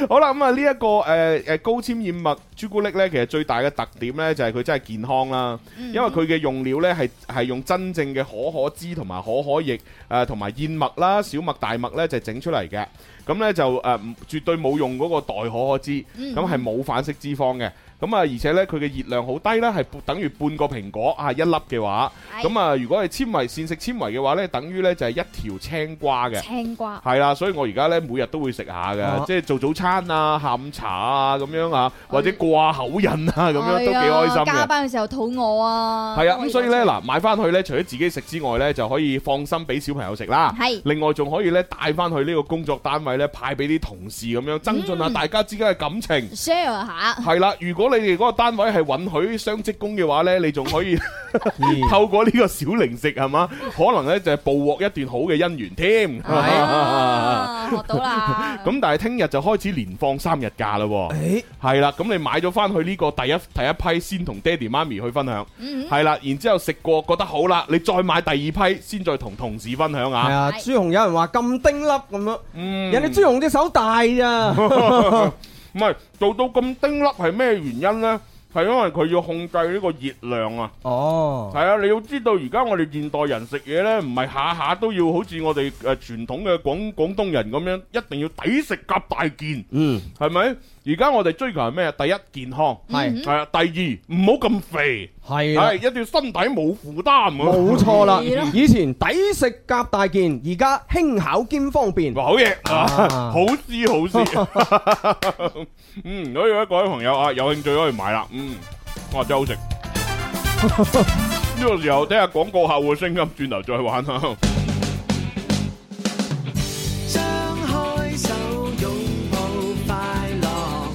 S8: 好啦，咁啊呢一個誒誒高纖燕麥朱古力呢，其實最大嘅特點呢，就係佢真係健康啦，因為佢嘅用料呢，係係用真正嘅可可脂同埋可可液誒同埋燕麥啦、小麥、大麥呢，就整出嚟嘅。咁呢，就誒唔絕對冇用嗰個代可可脂，咁係冇反式脂肪嘅。咁啊而且咧佢嘅熱量好低啦，係等於半個蘋果啊一粒嘅話，咁啊如果係纖維膳食纖維嘅話咧，等於咧就係一條青瓜嘅。
S9: 青瓜。
S8: 係啦，所以我而家咧每日都會食下
S9: 啊
S8: 嘅，即係做早餐啊、下午茶啊咁樣啊，或者過下口癮啊咁樣都幾
S9: 係啊
S8: 開心
S9: 哎加
S8: 嘅。
S9: 班嘅時候肚餓啊。
S8: 係啊，咁所以咧嗱，買翻去咧，除咗自己食之外咧，就可以放心俾小朋友食啦。
S9: 嗯係
S8: 另外仲可以咧帶翻去呢個工作單位咧，派俾啲同事咁樣，增
S9: 嗯
S8: 進下大家之間嘅感情。
S9: share 下。
S8: 係啦，如果你哋嗰個單位係允許雙職工嘅話呢，你仲可以 [LAUGHS] 透過呢個小零食係嘛，可能呢就係捕獲一段好嘅姻緣添。
S9: 啊學到啦。
S8: [LAUGHS] 咁但係聽日就開始連放三日假啦喎。係啦，咁你買咗翻去呢個第一第一批，先同爹哋媽咪去分享。
S11: 嗯
S8: 係啦，然之後食過覺得好啦，你再買第二批，先再同同事分享
S11: 係啊
S8: 啊。，
S11: 朱紅有人話咁丁粒咁樣，人哋朱紅隻手 [LAUGHS] 大咋。
S8: 唔嗯 [LAUGHS] 係做到咁丁粒係咩原因呢？係因為佢要控制呢個熱量啊。
S11: 哦，
S8: 係啊，你要知道而家我哋現代人食嘢呢，唔係下下都要好似我哋誒傳統嘅廣廣東人咁樣，一定要抵食夾大件，
S11: 嗯，
S8: 係咪？而家我哋追求係咩？第一健康，
S11: 係
S8: 係啊，第二唔好咁肥，
S11: 係啦
S8: 係一定要身體冇負擔。啊
S11: 冇錯啦
S8: 係咯，
S11: 以前抵食夾大件，而家輕巧兼方便。
S8: 好嘢，
S11: 啊
S8: 好知
S11: [LAUGHS]
S8: 好知。嗯，所以咧，各位朋友啊，有興趣可以買啦。嗯，哇，真係好 [LAUGHS] 食。呢個時候聽下廣告客戶嘅聲音，轉頭再玩啊。
S3: 張開手擁抱快樂，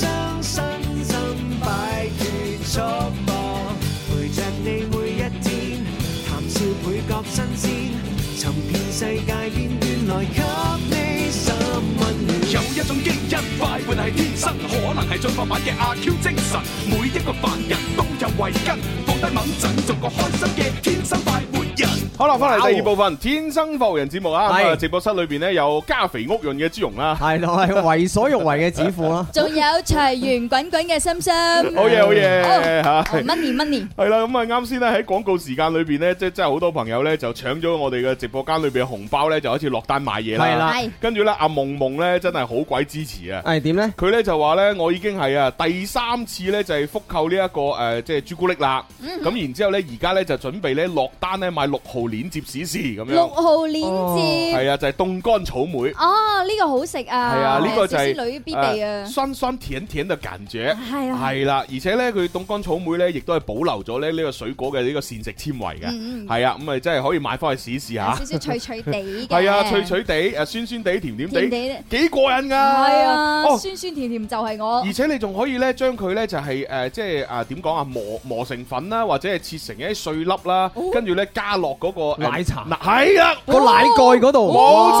S3: 將身心擺脱束縛，陪着你每一天，談笑倍覺新鮮，尋遍世界邊端來給你心温暖。
S5: 有一種基因快活係天生，可能係進化版嘅阿 Q 精神。每一個凡人都有慧根，放低掹陣，做個開心嘅天生快活人。
S8: [LAUGHS] 好啦，翻嚟第二部分《天生浮人》節目啊，咁啊，直播室裏邊咧有加肥屋潤嘅朱容啦，
S11: 係咯，係為所欲為嘅指父啦。
S9: 仲有齊圓滾滾嘅心心。
S8: [LAUGHS] 好
S9: 好
S8: 嘢好嘢吓。
S9: Money
S8: [LAUGHS]
S9: money。
S8: 系啦，咁啊啱先咧喺廣告時間裏邊咧，即係真係好多朋友咧就搶咗我哋嘅直播間裏邊嘅紅包咧，就開始落單買嘢啦。
S11: 係啦係
S8: 跟住咧阿夢夢咧真係好鬼支持啊！
S11: 係點咧？
S8: 佢咧就話咧，我已經係啊第三次咧就係復購呢一個誒即係朱古力啦。
S9: 嗯
S8: 咁然之後咧，而家咧就準備咧落單咧買六號鏈接試試咁樣。
S9: 六號鏈接。
S8: 係啊，就係凍乾草莓。
S9: 哦，呢個好食啊。
S8: 係啊，呢個就
S9: 小
S8: 係
S9: 仙女必備啊
S8: 呃。酸酸甜甜嘅感覺，
S9: 係啊
S8: 係啦，而且咧佢凍乾草莓咧，亦都係保留咗咧呢個水果嘅呢個膳食纖維
S9: 嗯
S8: 嘅，
S9: 嗯
S8: 係啊，咁啊真係可以買翻去試試
S9: 有
S8: 下，
S9: 少少脆脆地嘅。
S8: 係啊，脆。脆地，誒酸酸地，甜甜
S9: 甜
S8: 地
S9: 地，
S8: 幾過癮㗎，係
S9: 係啊，
S8: 哦。
S9: 酸酸甜甜就係我
S8: 而。且你仲可以咧，將佢咧就係誒，即係啊點講啊，磨磨成粉啦，或者係切成一啲碎粒啦，跟住咧加落嗰個呃
S11: 奶茶
S8: 嗱係啦，
S11: 個奶蓋嗰度，
S8: 冇錯，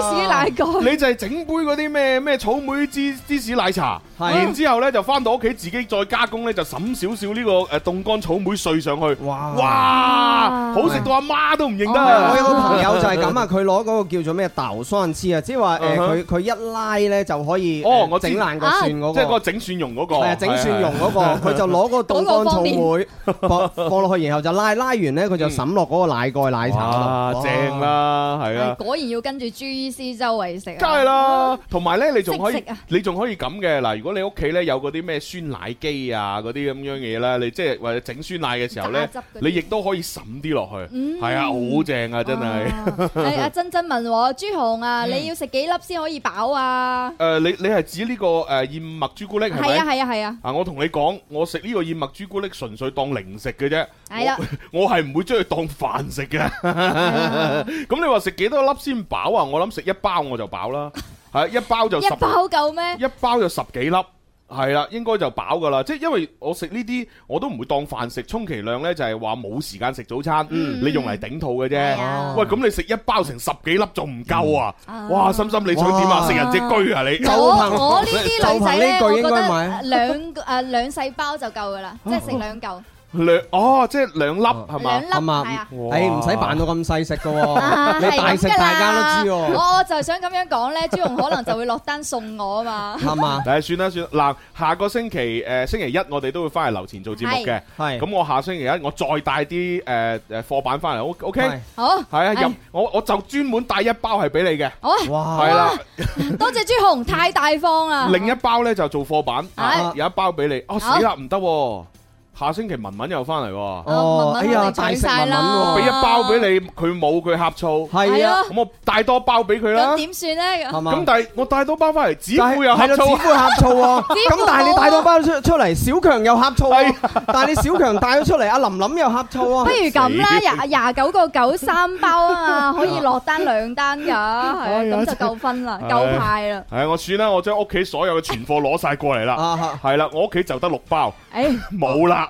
S11: 哇
S8: 你就係整杯嗰啲咩咩草莓芝芝士奶茶，
S11: 係
S8: 然之後咧就翻到屋企自己再加工咧，就揼少少呢個誒凍乾草莓碎上去，
S11: 哇哦
S8: 哇，好食到阿媽都唔認得啊。
S11: 我有個朋友就係咁啊，佢攞嗰個叫做咩豆酸黐啊，即係話誒
S8: 嗯哼
S11: 佢佢一拉咧就可以
S8: 哦，
S11: 誒
S8: 我知啊
S11: 整爛個蒜嗰
S8: 即係嗰個
S11: 個。
S8: 整蒜蓉嗰個，
S11: 係啊，整蒜蓉嗰個，佢就攞嗰個凍乾草莓放放落去，然後就拉拉完咧，佢就揼落嗰個奶蓋奶茶
S8: 嗯哇
S11: 度。哇
S8: 正！啦，係啊。
S9: 果然要跟住 G C 周圍食啊。
S8: 梗係啦，同埋咧，你仲可
S9: 識
S8: 以
S9: 食啊，
S8: 你仲可以咁嘅嗱。如果你屋企咧有嗰啲咩酸奶機啊，嗰啲咁樣嘅嘢啦，你即係或者整酸奶嘅時候咧
S9: 榨汁，嗰啲
S8: 你亦都可以滲啲落去，
S9: 嗯
S8: 係啊，好正啊，真 [LAUGHS]
S9: 係阿
S8: 係。
S9: 珍珍問我朱紅啊，
S8: 嗯
S9: 你要食幾粒先可以飽啊？
S8: 誒，你你係指呢個誒燕麥朱古力係咪？
S9: 係啊係啊係啊，
S8: 啊！我同你講，我食呢個燕麥朱古力純粹當零食嘅啫，
S9: 係啦，
S8: 我 [LAUGHS] 係唔會將佢當飯食嘅。 [LAUGHS] 咁你話食幾多粒先飽啊？我諗食一包我就飽啦，係一包就
S9: 一
S8: 十
S9: 包夠咩？
S8: 一包有十幾粒。係啦，應該就飽噶啦，即係因為我食呢啲我都唔會當飯食，充其量呢就係話冇時間食早餐，
S11: 嗯
S8: 你用嚟頂肚嘅啫。
S9: 啊
S8: 喂，咁你食一包成十幾粒仲唔夠啊？
S9: 嗯
S8: 哇，心心你想點啊？
S11: 哇
S8: 食人隻居啊你？
S11: 就
S9: 我
S11: 憑
S9: 我呢啲女仔咧，
S11: 就憑呢句
S9: 我覺
S11: 應該
S9: 得
S11: 買
S8: 哦
S9: 兩誒兩細包就夠噶啦，即係食兩嚿。
S8: 兩哦，即係兩粒係嘛？
S9: 兩粒係啊
S8: 哇
S11: 誒唔使扮到咁細食噶
S9: 啊
S11: 喎，你大食
S9: 係咁㗎啦
S11: 大家都知喎，
S9: 我我就想咁樣講咧，朱紅可能就會落單送我啊嘛。
S11: 係 [LAUGHS] 嘛？
S8: 誒算啦算啦，嗱下個星期誒、星期一我哋都會翻嚟樓前做節目嘅，
S11: 係
S8: 咁我下星期一我再帶啲呃誒誒貨板翻嚟，O O K，
S11: 係
S9: 好，哎
S8: 係啊
S9: 係
S8: 入我我就專門帶一包係俾你嘅，
S9: 好啊，
S11: 哇
S8: 係啦，
S9: 多謝朱紅，太大方啦。
S8: 另一包咧就做貨板，啊
S9: 係
S8: 有一包俾你，哦死
S9: 好
S8: 啦唔得喎，下星期文文又翻嚟喎，
S11: 哦，
S9: 文
S11: 哎
S9: 文
S11: 呀，
S9: 我哋
S11: 大
S9: 搶
S11: 食
S9: 晒
S11: 文文
S9: 啦
S11: 喎，
S8: 俾一包俾你，佢冇佢呷醋，
S11: 係啊，
S8: 咁我帶多包俾佢啦
S9: 咁，點算咧？
S11: 係嘛？
S8: 咁但係我帶多包翻嚟，只
S11: 但係
S8: 會有
S11: 係
S8: 呷
S11: 咯，
S8: 醋
S11: 只。會呷醋喎。
S8: [LAUGHS]
S9: 只
S11: 咁
S9: 會
S11: 但係
S9: 冇
S11: 你
S9: 啊
S11: 帶多包出出嚟，小強又呷醋
S8: 係啊
S11: 喎。但係你小強帶咗出嚟，阿琳琳又呷醋喎。
S9: 不如咁啦，
S8: 死
S9: 廿廿九個九三包啊嘛，可以落單兩單㗎，係啊，
S8: 哎呀
S9: 咁就夠分啦，夠啊派啦。
S8: 係我算啦，我將屋企所有嘅存貨攞晒過嚟啦。
S11: 啊啊哈
S8: 係啦，我屋企就得六包，
S9: 誒，
S8: [LAUGHS] 冇啦，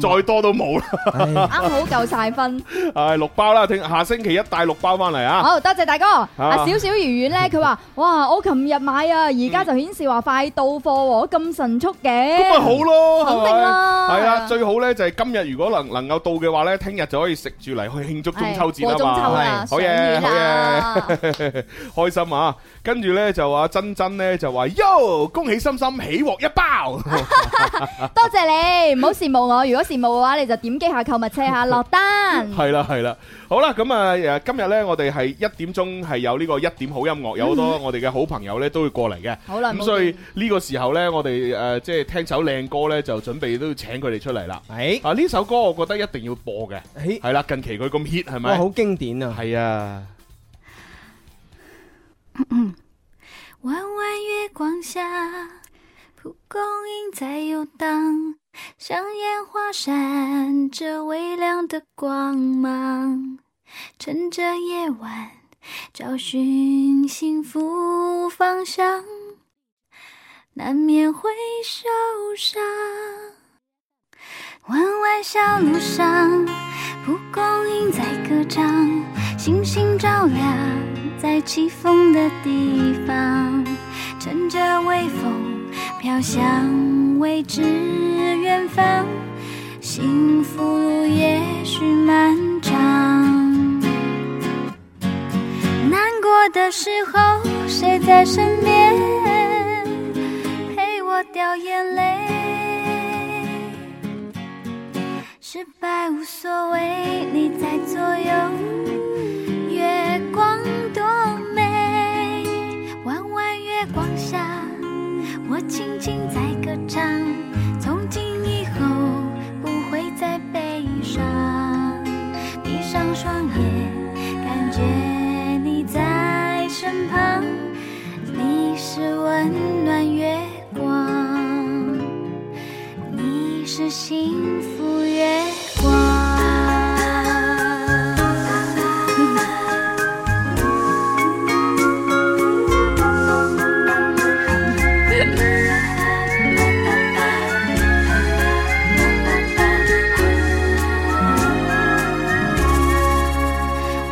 S8: 再多都冇啦。
S9: 啱好夠晒分。
S8: 係六包啦，聽下星期一帶六包翻嚟啊！
S9: 好，多謝大哥。啊，小小魚丸咧，佢話：哇，我琴日買啊，而家就顯示話快到貨喎，咁神速
S8: 咁咪
S9: 嘅。
S8: 好咯，係咪
S9: 肯定啦
S8: 係
S9: 係
S8: 啊，
S9: 啊
S8: 最好咧就係今日如果能能夠到嘅話咧，聽日就可以食住嚟去慶祝中秋節
S9: 過中秋
S8: 啊嘛。
S9: 啦，
S8: 好
S9: 上
S8: 嘢
S9: 月
S8: 好
S9: 啦。
S8: 嘢， [LAUGHS] 開心啊！跟住咧就話珍珍咧就話喲，恭喜心心喜獲一包，
S9: 多謝你，唔好羨慕我。如果羨慕嘅話，你就點擊下購物車下落單。
S8: 係啦係啦，好啦咁啊誒，今日咧我哋係一點鐘係有呢個一點好音樂，有好多我哋嘅好朋友咧都會過嚟嘅。
S9: 好啦，
S8: 咁所以呢個時候呢，我哋誒即係聽首靚歌呢，就準備都要請佢哋出嚟啦。
S11: 誒，
S8: 啊，呢首歌我覺得一定要播嘅，
S11: 誒
S8: 係啦，近期佢咁 hit 係
S11: 哇，
S8: 咪？
S11: 好經典啊！
S8: 係啊，
S2: 弯弯月光下，蒲公英在游荡，像烟花闪着微亮的光芒。趁着夜晚，找寻幸福方向，难免会受伤。弯弯小路上，蒲公英在歌唱，星星照亮在起风的地方，乘着微风飘向未知远方，幸福路也许漫长。难过的时候，谁在身边陪我掉眼泪？失败无所谓，你在左右。月光多美，弯弯月光下，我轻轻在歌唱，从今以后不会再悲伤。闭上双眼，感觉你在身旁，你是温暖月光。你是幸福月光。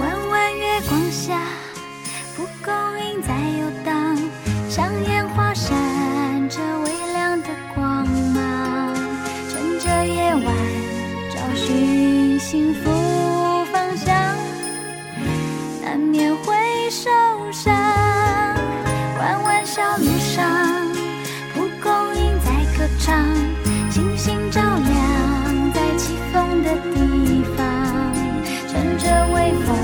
S2: 弯弯月光下，蒲公英在游荡，像烟花闪着微亮的光芒。趁着夜晚，找寻幸福方向，难免会受伤。弯弯小路上，蒲公英在歌唱，星星照亮在起风的地方，乘着微风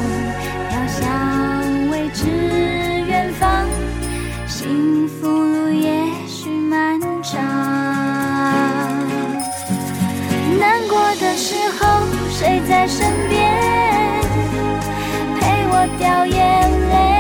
S2: 飘向未知远方，幸福路也许漫长。难过的时候，谁在身边陪我掉眼泪？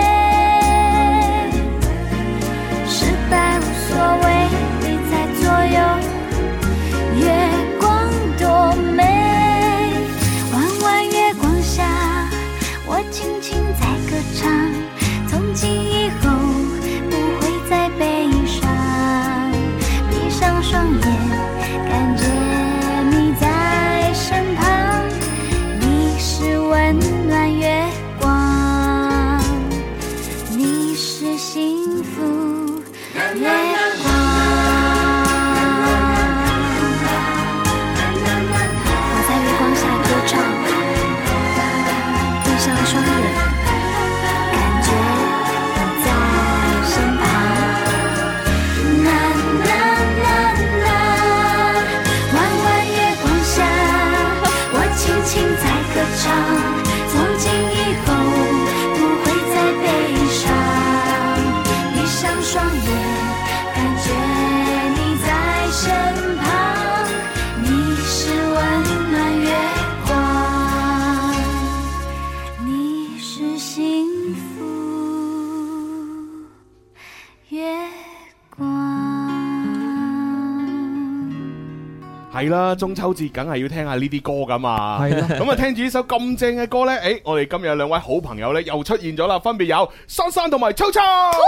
S8: 係啦，中秋節梗係要聽下呢啲歌噶嘛。
S11: 係啦
S8: 咁啊聽住呢首咁正嘅歌呢，誒，我哋今日有兩位好朋友呢又出現咗啦，分別有珊珊同埋秋秋。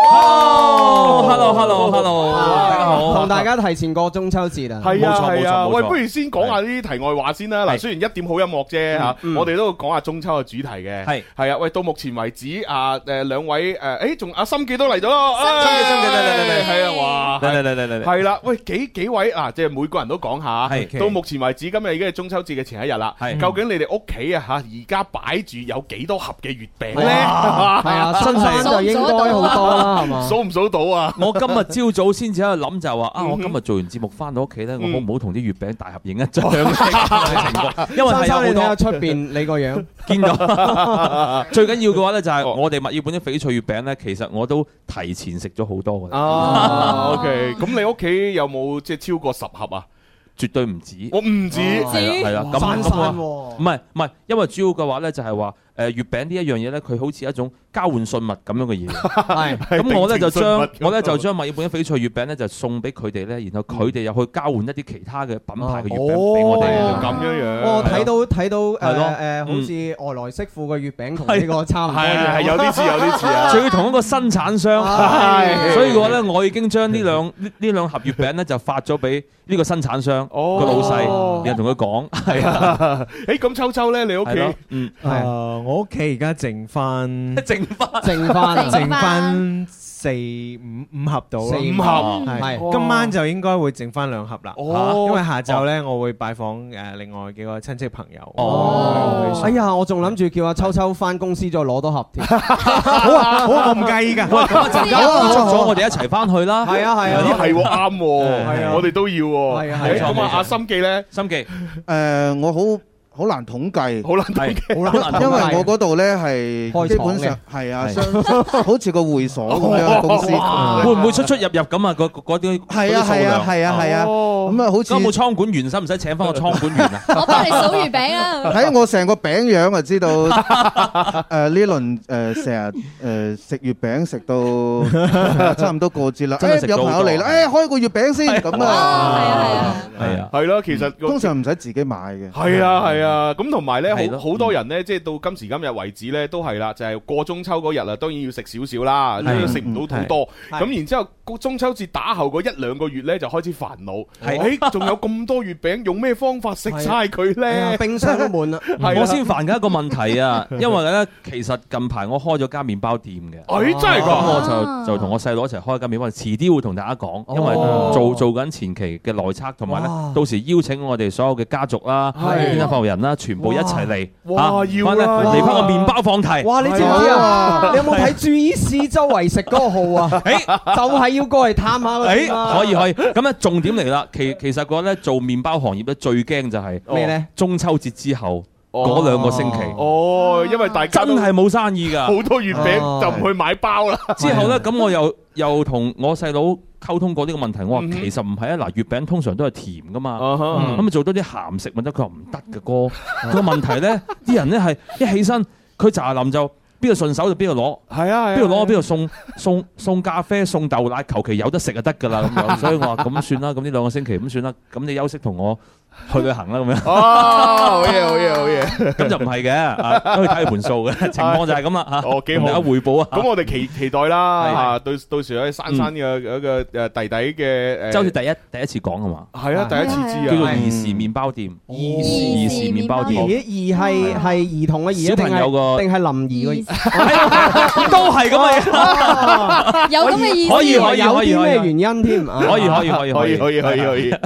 S11: Hello，hello，hello，hello，
S8: 哇
S11: 大家好同大家提前過中秋節啊，
S8: 係啊係啊，喂，不如
S11: 如
S8: 先講下呢啲題外話先啦。嗱，雖然一點好音樂啫嚇，
S11: 嗯
S8: 我哋都講下中秋嘅主題嘅。
S11: 係
S8: 係啊，喂，到目前為止啊誒兩位誒，誒仲阿心記都嚟咗咯。
S13: 心記
S8: 哎
S13: 心記嚟嚟嚟嚟
S8: 係啊，哇！
S13: 嚟嚟嚟嚟嚟
S8: 係啦，喂幾幾位啊，即係每個人都講下。
S13: 係
S8: 到目前為止，今日已經係中秋節嘅前一日啦。究竟你哋屋企啊嚇而家擺住有幾多盒嘅月餅咧？ [LAUGHS]
S11: 哇係啊新山就應該好多啦係嘛
S8: 數唔數到啊？嗯
S12: 我今日朝早先至喺度諗就話啊，我今日做完節目翻到屋企咧，我好唔好同啲月餅大合影一
S8: [LAUGHS]
S12: 張？因為係有好
S11: 你睇下
S12: 多
S11: 出邊你個樣，
S12: 見
S8: [LAUGHS]
S12: 到。最緊要嘅話咧，就
S8: 哦
S12: 係我哋墨爾本啲翡翠月餅咧，其實我都提前食咗好多㗎啦。
S8: [LAUGHS] [LAUGHS] 哦，OK，咁
S12: [LAUGHS]
S8: [LAUGHS] 你屋企有冇即係超過十盒啊？
S12: 絕對唔止，
S8: 我唔止，
S11: 哦啊
S12: 係啦係啦，咁咁
S8: 散
S12: 啊
S8: 散喎
S12: 唔係唔係，因為主要嘅話咧就係話誒月餅呢一樣嘢咧，佢好似一種交換信物咁
S11: [LAUGHS]
S12: 樣嘅嘢。
S11: 係
S12: 咁我咧就
S11: 定情信物
S12: 將
S11: 咁
S12: 我咧就將墨爾本翡翠月餅咧就送俾佢哋咧，然後佢哋又去交換一啲其他嘅品牌嘅月餅俾我哋。
S11: 哦
S8: 咁樣樣
S11: 我睇到睇到誒
S12: 係咯
S11: 誒，好似外來媳婦嘅月餅同呢個差唔多，
S12: 係啊係係
S8: 有啲似有啲似啊
S12: 仲要同一個生產商，
S11: 係
S12: 所以嘅話咧，我已經將呢兩呢呢兩盒月餅咧就發咗俾呢個生產商個
S14: 哦
S12: 老細，然後同佢
S14: [LAUGHS]
S12: 講，係
S8: 啊，誒咁秋秋咧，你屋
S12: 係咯
S8: 企
S12: 嗯
S15: 誒，啊我屋企而家剩翻，
S12: [LAUGHS] 剩翻，
S11: 剩
S8: 返
S15: 剩翻四五五盒到啦，
S11: 四五
S12: 哦
S11: 盒嗯係
S15: 係今晚就應該會剩翻兩盒啦。
S11: 哦
S15: 因為下晝咧，我會拜訪誒另外幾個親戚朋友。
S11: 哦，哎呀，我仲諗住叫阿秋秋翻公司再攞多盒添。
S15: 好啊，好啊，我唔介意㗎。
S12: 喂，咁啊陣間
S11: 好啊好啊
S12: 捉咗我哋一齊翻去啦。
S11: 係啊係啊
S8: 咦
S11: [LAUGHS]
S8: 係喎啱喎，
S12: 係啊
S8: 我哋都要喎。
S12: 係啊
S8: 誒
S12: 係啊
S8: 咁啊，阿心記咧，
S12: 心記
S14: 誒，呃我好好難統計，
S8: 好難統
S14: 計，
S11: 好難統計
S14: 因為我嗰度咧係
S12: 開
S14: 基
S12: 廠
S14: 本
S12: 嘅
S14: 上係啊，
S12: 係
S14: 相好似個會所咁樣
S8: 哦
S14: 嘅公司，啊
S12: 哇會唔會出出入入咁啊？嗰嗰嗰啲
S14: 係啊係啊係啊係啊，
S8: 哦
S14: 咁啊好似
S12: 有冇倉管員，使唔使請翻個倉管員啊？
S14: 我幫你數月
S3: 餅啊
S14: 睇我成個餅樣就
S8: [LAUGHS]
S14: 知道，誒呢輪誒成日誒食月餅食
S8: [LAUGHS]
S14: 到差唔多過節啦，
S8: 真係
S14: 誒
S8: 食
S14: 有
S8: 到
S14: 朋
S8: 好
S14: 友
S8: 多
S14: 嚟啦，誒開個月餅先咁啊，
S12: 係啊，
S8: 係咯，其實個
S14: 通常唔使自己買嘅，
S8: 係啊係啊，咁同埋咧，
S14: 係咯
S8: 好好多人咧，即係到今時今日為止咧，都係啦，就係過中秋嗰日啊，當然要食少少啦，
S12: 係
S8: 因為食唔到好多。
S12: 係
S8: 咁然之後，中秋節打後嗰一兩個月咧，就開始煩惱，
S12: 係啊
S8: 誒仲有咁多月餅，用咩方法食晒佢
S11: 哎呀
S8: [LAUGHS] 咧？
S11: 冰箱都滿啦 [LAUGHS]
S8: 係啊
S12: 我先煩緊一個問題啊，因為咧其實近排我開咗間麵包店嘅，
S11: 哦
S8: 哎真係㗎
S12: 咁我就就同我細佬一齊開間麵包店，遲啲會同大家講，因為
S8: 哦
S12: 做做緊前期嘅內測，同埋咧到時邀請我哋所有嘅家族啦、
S8: 係
S12: 天下服人啦，全部一齊嚟，
S8: 哇
S12: 啊
S8: 要
S12: 翻咧
S8: 啦
S12: 嚟翻個麵包放題，
S11: 哇！你知唔知啊？你有冇
S12: 哎
S11: 睇朱醫師周圍食嗰個號
S12: [LAUGHS]
S11: 啊？就係要過嚟探下嗰啲
S12: 誒
S11: 啊
S12: 哎可以可以，咁咧重點嚟啦。其其實講咧做麵包行業咧最驚就係
S11: 咩呢？哦
S12: 中秋節之後嗰兩個星期，
S8: 哦，因為大家
S12: 真
S8: 都
S12: 係冇生意㗎，
S8: 好多月
S11: 哦
S8: 餅就唔去買包啦。
S12: [LAUGHS]
S8: 啊
S12: 之後咧，咁我又又同我細佬溝通過呢個問題，我話
S8: 嗯哼啊
S12: 其實唔係啊，嗱月餅通常都係甜噶嘛，
S8: 哈嗯
S12: 咁咪啊做多啲鹹食咪得，佢話唔得嘅哥。個問題咧，啲人咧係一起身，佢咋臨就邊度順手就邊度攞，
S8: 係啊，
S12: 邊度攞邊度送送送咖啡送豆奶，求其有得食就得㗎啦咁樣。
S8: [LAUGHS]
S12: 所以我話咁算啦，咁呢兩個星期咁算啦，咁你休息同我去旅行啦咁樣。
S8: 哦，好嘢好嘢好
S12: 啊
S8: 嘢。
S12: 咁就唔係嘅，啊都去睇盤數
S8: [LAUGHS]
S12: 嘅情況就係咁啦嚇。
S8: 哦，幾好，
S12: 同大家匯報啊。
S8: 咁我哋期期待啦，嚇到到時喺珊珊嘅一個誒呃弟弟嘅誒，
S12: 嗯
S8: 呃
S12: 周好似第一第一次講係嘛？
S8: 係啊第一次知啊哦
S12: 叫做兒時麵包店，兒
S11: 時
S12: 兒時麵包
S11: 而
S12: 店。
S11: 而係係兒童嘅兒，啊
S12: 嗯小
S11: 定
S12: 朋友
S11: 係
S12: 個
S11: 定係林兒嘅
S12: 都係咁嘅
S11: 嘢，
S3: 有咁嘅意思
S12: 可以可以
S11: 有
S12: 可以
S11: 啲
S12: 可以
S11: 咩原因添？啊
S12: 可以可以可以
S8: 可以可以可以可以
S12: 係。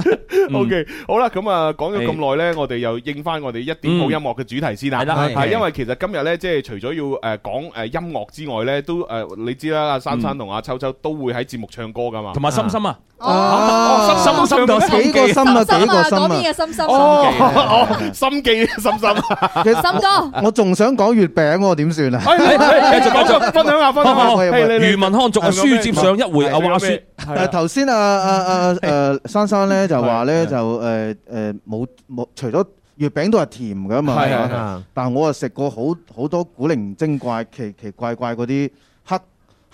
S8: OK，好啦，咁啊講咗咁耐咧，我哋又應翻我哋一點好音樂嘅主題先啦。
S12: 係啦係
S8: 係
S12: 係
S8: 因為其實今日咧，即係除咗要誒講誒音樂之外咧，都誒你知啦，阿珊珊同阿秋秋都會喺節目唱歌噶嘛，
S12: 同埋心心啊，
S8: 哦，心心都唱歌
S14: 幾個心啊，幾個心
S3: 嗰
S14: 啊
S3: 邊嘅。心心，
S8: 哦哦，心記心心，
S14: [LAUGHS] 其
S3: 心哥
S14: 我仲想講月餅喎，點算啊？
S8: 哎
S14: [LAUGHS]
S8: 哎繼續講繼續分享下分享下係你你
S12: 余文康仲係書接上一回啊，話説
S14: 誒頭先啊啊
S8: [LAUGHS]
S14: 啊誒珊珊咧就話咧就誒誒冇冇除咗月餅都係甜噶嘛，
S8: 係係
S14: 係
S8: 係
S14: 嘛但係我啊食過好好多古靈精怪、奇奇怪怪嗰啲黑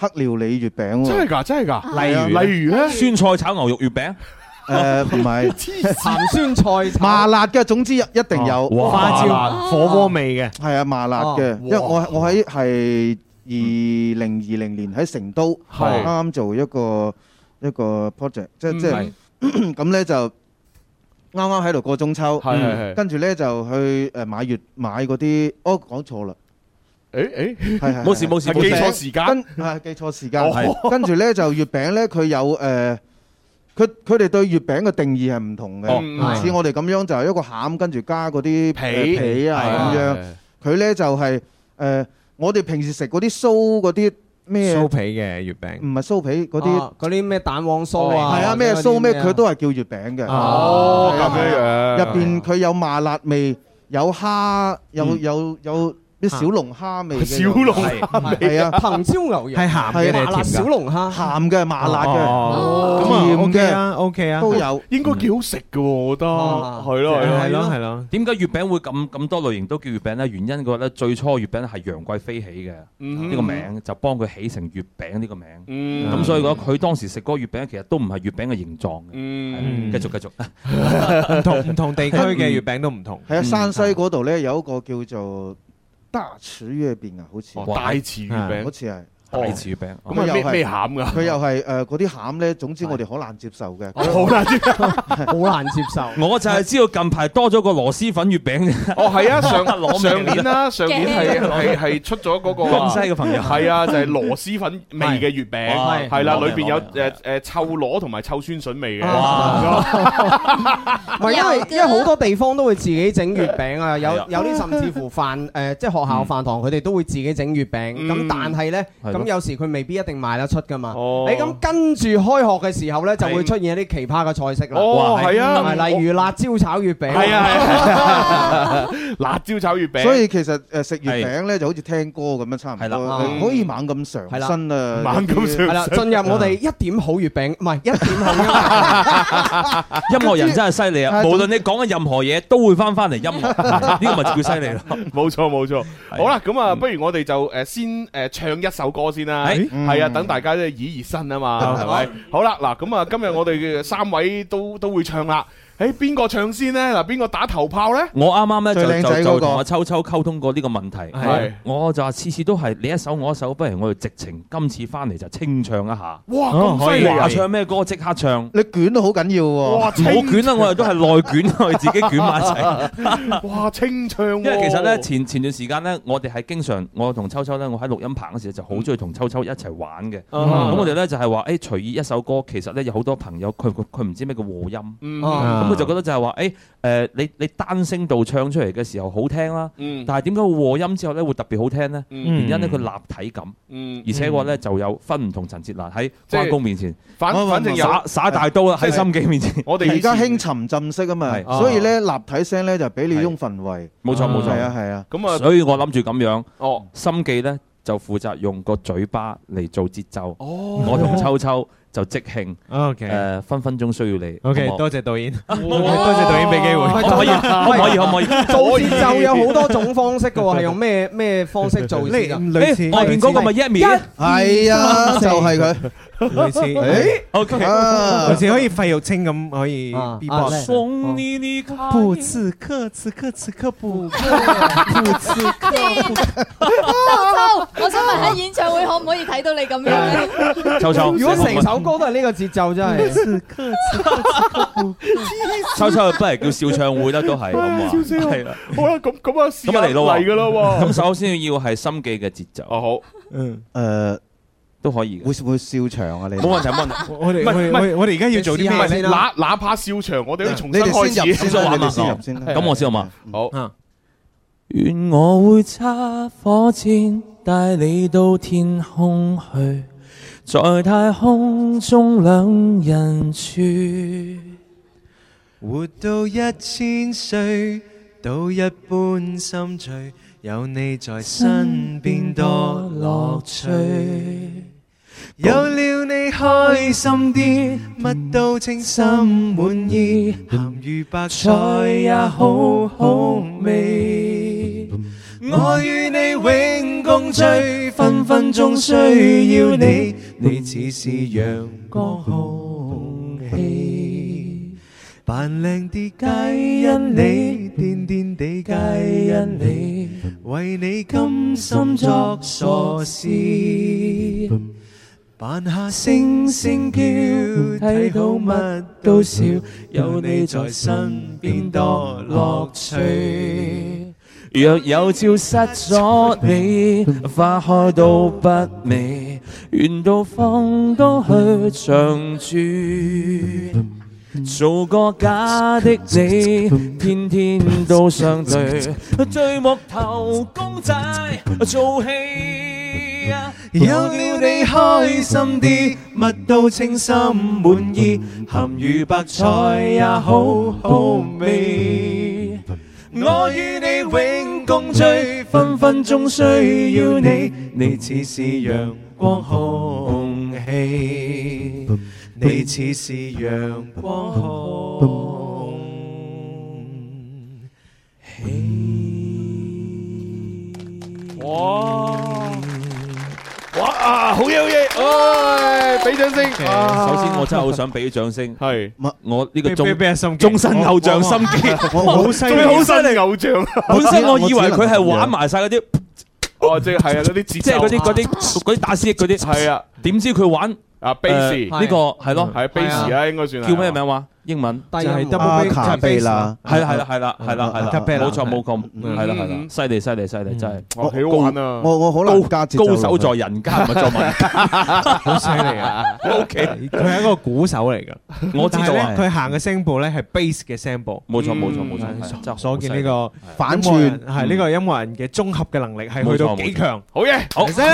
S14: 黑料理月餅喎。
S8: 真係㗎真係㗎，
S14: 係啊
S8: 例如咧。
S12: 酸菜炒牛肉月餅，
S14: 誒唔
S8: [LAUGHS]
S14: 係
S11: 鹹酸菜
S14: 麻辣嘅，總之一一定有
S16: 哇花椒麻辣
S12: 哦
S16: 火鍋味嘅，
S14: 係啊麻辣嘅
S16: 哦，
S14: 因為我我喺係二零二零年喺成都
S16: 係
S14: 啱啱做一個一個 project，即即係 [CLEARS THROAT] 咁咧就。啱啱喺度過中秋，
S8: 係係係
S14: 跟住咧就去誒買月買嗰啲，哦講錯啦，
S8: 誒
S14: 係
S8: 誒，
S14: 係
S8: 冇事冇事
S14: 係
S8: 冇事記錯時間
S14: 跟係記錯時間，
S8: 哦
S14: 係跟住咧就月餅咧佢有誒。佢佢哋對月餅嘅定義係唔同嘅，
S8: 哦
S14: 唔
S8: 係
S14: 似我哋咁樣就係一個餡，跟住加嗰啲
S8: 皮
S14: 誒皮啊
S8: 係
S14: 咁樣
S8: 係。
S14: 佢咧就係誒，我哋平時食嗰啲酥嗰啲咩
S16: 酥皮嘅月餅，
S14: 唔係酥皮嗰
S11: 哦
S14: 啲
S11: 嗰啲咩蛋黃酥啊，
S14: 係啊咩
S11: 或者嗰
S14: 酥
S11: 啲
S14: 咩
S11: 啊
S14: 佢都係叫月餅嘅。
S11: 哦
S14: 係啊
S11: 咁樣樣
S14: 入邊佢有麻辣味，有蝦，有
S11: 嗯
S14: 有有啲小龍蝦味嘅。
S11: 小龍蝦味
S14: 係啊，
S11: 藤椒牛
S14: 係鹹嘅定係甜㗎
S11: 蝦
S14: 鹹嘅麻辣嘅，
S8: 哦
S14: 咁啊
S8: 甜嘅
S14: OK 啊，OK 啊都有，
S8: 應該幾好食嘅喎，我覺得係咯哦係咯係咯。
S12: 點解月餅會咁咁多類型都叫月餅咧？原因嘅話咧，最初月餅係楊貴妃起嘅
S8: 嗯哼
S12: 呢個名，就幫佢起成月餅呢個名。
S8: 嗯
S12: 咁所以講佢當時食嗰個月餅，其實都唔係月餅嘅形狀嘅。
S8: 嗯
S12: 係繼續繼續。
S16: 唔同唔同地區嘅月餅都唔同。
S14: 嗯係
S12: 嗯
S14: 啊，山西嗰度咧有一個叫做大池月餅啊，好似嗯
S16: 哦大池月餅
S14: 好似係。
S16: 大池月餅
S14: 哦
S16: 咁啊
S14: 佢又
S16: 咩
S14: 係
S16: 咩餡㗎
S14: 佢又係誒嗰啲餡咧，總之我哋好難接受嘅。
S11: 好難接受，
S14: [LAUGHS]
S11: 好難接受。
S12: 我就係知道近排多咗個螺螄粉月餅啫。
S8: 哦，
S12: [LAUGHS]
S8: 係啊，上
S12: 攞命
S8: 上年啦，上
S12: [LAUGHS]
S8: 年係
S12: 驚
S8: 係係出咗嗰個
S12: 廣西嘅朋友
S8: 係啊，就係螺螄粉味嘅月餅，
S12: 係
S8: 係啦，裏
S12: 攞命
S8: 邊有
S12: 攞
S8: 誒誒臭螺同埋臭酸筍味
S11: [LAUGHS]
S8: 嘅。
S11: 哇唔係因為因為好多地方都會自己整月餅啊，有
S8: 係啊嗯
S11: 有啲甚至乎
S8: [LAUGHS]
S11: 飯誒，即係學校飯堂佢哋都會自己整月餅。咁但係呢，
S8: 係
S11: 咁
S8: 咯哦
S11: 有時佢未必一定賣得出㗎嘛。你咁跟住開學嘅時候呢，就會出現一啲奇葩嘅菜式啦。
S8: 哦係啊
S11: 係例如辣椒炒月餅。
S8: 係
S14: [LAUGHS]
S8: 啊，係啊辣椒炒月餅。
S14: 所以其實誒食月餅咧就好似聽歌咁樣差唔多，
S11: 啦
S12: 哦
S14: 你可以猛咁上
S11: 係啦
S14: 身啊！
S11: 猛咁上身係啦進入
S8: 啊
S11: 我哋一點好月餅，唔係一點好
S12: 啊音樂人真係犀利啊！無論你講嘅任何嘢，都會翻翻嚟音樂，
S8: [LAUGHS]
S12: 呢個咪叫犀利咯。
S8: 冇錯冇錯。好啦，咁
S12: 嗯
S8: 啊，不如我哋就誒先誒唱一首歌先啦，
S12: 係
S8: 係啊，等大家咧以熱身啊
S12: 嗯
S8: 嘛，係咪？好啦，嗱，咁啊，今日我哋嘅三位都都會唱啦。誒，邊個唱先呢？嗱，邊個打頭炮
S12: [LAUGHS]
S8: 呢？
S12: 我啱啱
S8: 最
S12: 咧
S8: 靚
S12: 就
S8: 仔
S12: 就
S8: 嗰個
S12: 就同阿秋秋溝通過呢個問
S8: 係
S12: 題，我就話次次都係你一首我一首，不如我哋直情今次翻嚟就清唱一下。哦
S8: 哇咁犀利啊
S12: 話唱咩歌即刻唱。
S14: [LAUGHS] 你捲都好緊要喎，
S12: 冇卷啦，啊我哋都係內卷，我哋自己卷埋一齊。
S8: 哇，清唱喎！
S12: 因為其實
S8: 哦
S12: 咧前前段時間咧，我哋係經常我同秋秋咧，我喺錄音棚嗰時就好中意同秋秋一齊玩嘅。咁
S8: 嗯
S12: 我哋咧就係話誒隨意一首歌，其實咧有好多朋友佢佢佢唔知咩叫和音，
S8: 嗯
S12: 咁佢就覺得就係話誒誒你你單聲道唱出嚟嘅時候好聽啦，
S8: 嗯
S12: 但係點解會和音之後咧會特別好聽咧？
S8: 嗯
S12: 原因咧佢立體感，
S8: 嗯
S12: 而且嘅話咧就有分唔同層次嗱喺
S14: 即係
S12: 關公面前，
S8: 反
S14: 反正有
S12: 耍耍大刀啦，啊喺心機面前，
S14: 而家興沉浸式啊嘛，
S12: 係
S14: 所以咧立體聲咧就俾你一種氛圍。
S12: 冇錯冇錯，
S14: 係啊係啊。
S8: 咁啊，
S12: 所以我諗住咁樣，
S8: 哦，
S12: 心記咧就負責用個嘴巴嚟做節奏，
S8: 哦
S12: 我同秋秋就即興
S16: ，OK，
S12: 誒分分鐘需要你
S16: OK，
S12: 好冇
S16: 多謝導演，
S15: [LAUGHS]
S16: 多謝導演俾機會，
S12: 可唔可以？可唔可以？可唔可以？
S11: 做節奏有好多種方式嘅
S12: [LAUGHS]
S11: 喎，係用咩咩方式做
S15: Dạ.
S11: 先啊？
S16: 類似
S11: 誒
S16: 外邊嗰個咪
S12: 一
S11: Dạ.
S16: 面
S14: 係啊，就係
S12: [LAUGHS]
S14: 佢。
S16: 類似，
S14: 誒
S12: ，OK，
S16: 類似可以費玉清咁可以 B-box。
S12: 送你離開
S16: 不此刻，此刻，此刻
S9: 刻，
S16: 不
S9: [LAUGHS]
S16: 不此刻，不刻。
S9: 秋秋，我想問喺演唱會可唔可以睇到你咁樣咧？
S12: 秋秋
S11: 如果成首歌都係呢個節奏，真
S16: 係。
S12: 秋秋不如叫笑唱會啦，都係咁啊，
S8: 笑死我
S12: 係啦。
S8: 好啦，咁咁啊，
S12: 咁啊嚟咯喎，
S8: 嚟噶咯
S12: 咁首先要係心記嘅節奏。
S8: 哦好，
S12: 嗯，
S14: 誒
S12: 都可以。
S14: 呃會唔會笑場啊？你
S12: [LAUGHS] 冇問題冇問題
S16: 我哋
S8: 唔係
S16: 我哋
S8: 唔係
S16: 我哋我哋而家要做啲咩先
S8: 唔係
S16: 啦
S8: 哪哪怕笑場，我哋都要重新
S16: 你哋先入
S8: 開始。
S16: 先啦你嗯哋先入先啦
S12: 咁我先好嘛？
S8: 好。
S12: 願我會揸火箭帶你到天空去，在太空中兩人處。
S16: 活 [LAUGHS] 到一千歲，都一般心醉，有你在身邊多樂趣。有了你開心啲，乜都清心滿意，鹹魚白菜也好好味。我與你永共聚，分分鐘需要你，你似是陽光空氣。
S15: 扮靚啲皆因你，癲癲地皆因你，為你甘心作傻事。扮下星星叫，睇到乜都笑，有你在身邊多樂趣。
S16: 若有朝失咗你，花開都不美，願到放多去長住。做個假的你，天天都相對，對木頭公仔做戲。
S15: 有了你開心啲，乜都清心滿意，鹹魚白菜也
S16: à,
S15: 好好味。我與你永共聚，分分鐘需要你，你似是陽光空氣，你似是陽光空
S8: 哇啊，好嘢好嘢，唉，俾掌聲。啊
S12: 首
S8: 首
S12: 先我真係好想俾掌聲，
S8: 係
S12: 我呢個
S8: 俾
S12: 終
S8: 俾心機
S12: 終身偶像心機，
S8: 我我好犀利
S12: 好犀
S8: 利偶像。
S12: [LAUGHS] 本身我以為佢係玩埋晒嗰啲，
S8: 哦，即係係啊，嗰啲節奏，啊
S12: 即係嗰啲嗰啲嗰啲打絲嗰啲，
S8: 係啊，
S12: 點知佢玩呃
S8: 啊 bass
S12: 呢個係咯，
S8: 係 bass 啊應該算係
S12: 叫咩名話？英文
S11: 低
S12: 就係
S11: 音啊卡
S14: 貝拉
S12: 係啦係啦係啦係啦係啦，
S14: 卡貝拉
S12: 冇錯冇錯，
S14: 嗯
S12: 係啦係啦，犀利犀利犀利，真係
S14: 我幾好玩啊我我好難加節奏
S12: 高手在人間，唔係在民間，
S15: [LAUGHS] 好犀利啊
S12: ！O K，
S15: 佢係一個鼓手嚟㗎，
S12: 我知道啊
S15: 但係
S12: [LAUGHS]
S15: 咧佢行嘅聲部咧係 bass 嘅聲部，
S12: 冇錯冇錯冇錯
S15: 嗯
S12: 係真係
S15: 所見呢
S12: 好
S15: 個
S12: 犀利
S15: 反
S12: 反
S15: 轉
S12: 轉
S15: 係呢個音樂人嘅綜合嘅能力係去到幾強，
S8: 好嘢，
S12: 好
S15: 犀利！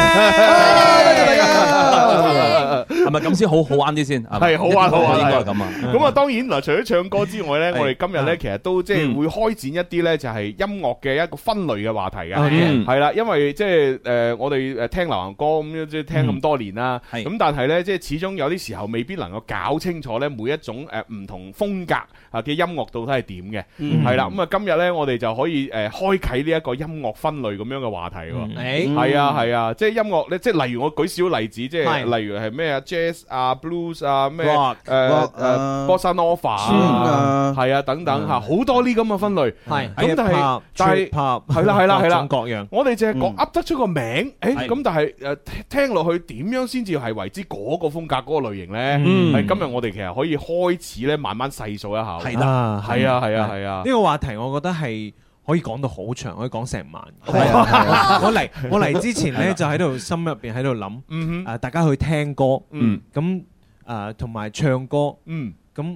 S12: 啊係咪咁先好好玩啲先？咪
S8: 係好玩好玩，
S12: 應該係咁啊。
S8: 咁啊，當然嗱，除咗唱歌之外咧，
S12: 係嗯
S8: 我哋今日咧其實都即係會開展一啲咧，就係音樂嘅一個分類嘅話題嘅，
S12: 嗯
S8: 係啦，因為即係誒我哋呃誒聽流行歌咁樣即係聽咁多年啦，
S12: 嗯
S8: 咁但係咧即係始終有啲時候未必能夠搞清楚咧每一種誒唔同風格啊嘅音樂到底係點嘅，
S12: 嗯
S8: 係啦，咁啊今日咧我哋就可以誒開啟呢一個音樂分類咁樣嘅話題喎，
S12: 嗯
S8: 係啊係啊，即係音樂咧，即係例如我舉少例子，即係
S12: 係
S8: 例如係咩啊 jazz 啊 blues 啊咩
S12: Rock
S8: 誒誒
S12: Rock
S8: 誒 bossa nova 啊，
S12: 嗯
S8: 係啊等等嚇，好多呢咁嘅分類。
S15: 係
S8: 咁，但
S15: Hip-hop，
S8: 係但係
S15: trip-hop，
S8: 係啦係啦係
S15: 各
S8: 啦
S15: 種，各樣
S8: 我哋淨係講
S15: 嗯
S8: 噏得出個名，誒
S15: 係
S8: 咁，但係誒聽聽落去點樣先至係為之嗰個風格嗰個類型咧？
S15: 嗯
S8: 係今日我哋其實可以開始咧慢慢細數一下。
S15: 係啦，
S8: 係啊係啊係啊
S15: 呢。個話題我覺得係。可以講到好長，可以講成晚。
S8: 係啊係啊
S15: [LAUGHS]
S12: [LAUGHS]
S15: 我嚟我嚟之前
S8: 係
S15: 咧，
S8: 啦
S15: 就喺度心入邊喺度諗，
S8: 嗯
S15: 誒大家去聽歌，
S8: 嗯
S15: 咁誒同埋唱歌，
S8: 嗯
S15: 咁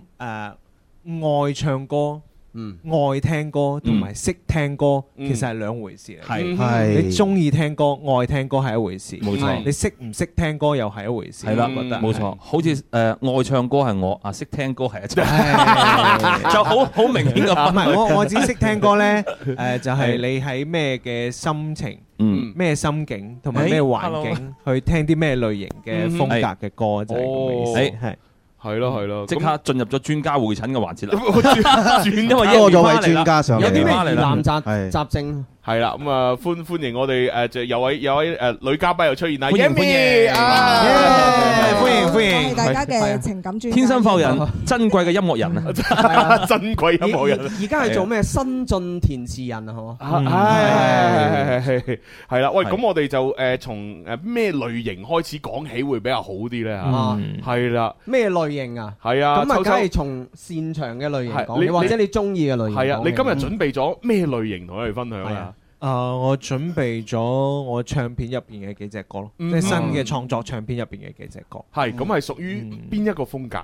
S15: 誒愛唱歌。
S11: 嗯
S15: 愛聽歌同埋識聽歌
S11: 嗯
S15: 其實係兩回事嚟
S12: 係
S15: 嘅，
S12: 係
S15: 你中意聽歌、愛聽歌係一回事，
S12: 冇錯
S15: 你識唔識聽歌又係一回事。
S12: 係啦，
S8: 嗯
S15: 我覺得 [LAUGHS]
S12: 冇錯，好似誒呃愛唱歌係我啊，識聽歌係一種， [LAUGHS] 就好好明顯嘅
S15: 啊唔
S12: 分
S15: 係
S12: 類。
S15: 我我只識聽歌咧， [LAUGHS] 誒就係你喺咩嘅心情
S12: 嗯、
S15: 咩心境同埋咩環境去聽啲咩類型
S12: 嗯
S15: 嘅風格嘅歌就係咁嘅意思。
S12: 誒
S15: 係
S8: 係咯係咯，
S12: 嗯即刻進入咗專家會診嘅環節
S8: [LAUGHS]
S12: 啦
S8: 專，
S12: 因為
S8: 多咗位
S11: 專家上嚟
S12: 有電
S11: 有啲
S12: 話嚟啦
S11: 咩疑難雜雜症？
S8: 係啦，咁啊歡歡迎我哋誒，就有位有位誒女嘉賓又出現啦，
S12: 歡迎
S8: Yami
S12: 歡迎
S8: 啊
S12: 歡迎歡迎
S17: 大家嘅情感專家
S12: 天生快活
S8: [LAUGHS]
S12: 人，珍貴嘅音樂人
S8: 啊，珍貴音樂人
S11: 而而家係做咩？新晉填詞人啊，係嘛？
S8: 嗯係係係係啦，喂，咁我哋就誒從誒咩類型開始講起會比較好啲咧
S11: 嗯
S8: 嚇，係啦，
S11: 咩類型啊？
S8: 係啊，
S11: 咁啊，梗
S8: 秋秋
S11: 係從擅長嘅類型
S8: 係
S11: 講
S8: 你
S11: 起，或者
S8: 你
S11: 你中意嘅類型講起。
S8: 係啊，你今日準備咗咩類型同我哋分享啊？
S15: 啊，我準備咗我唱片入邊嘅幾隻歌咯，即
S8: 嗯
S15: 係新嘅創作唱片入邊嘅幾隻歌。
S8: 係咁係屬於邊一個風格？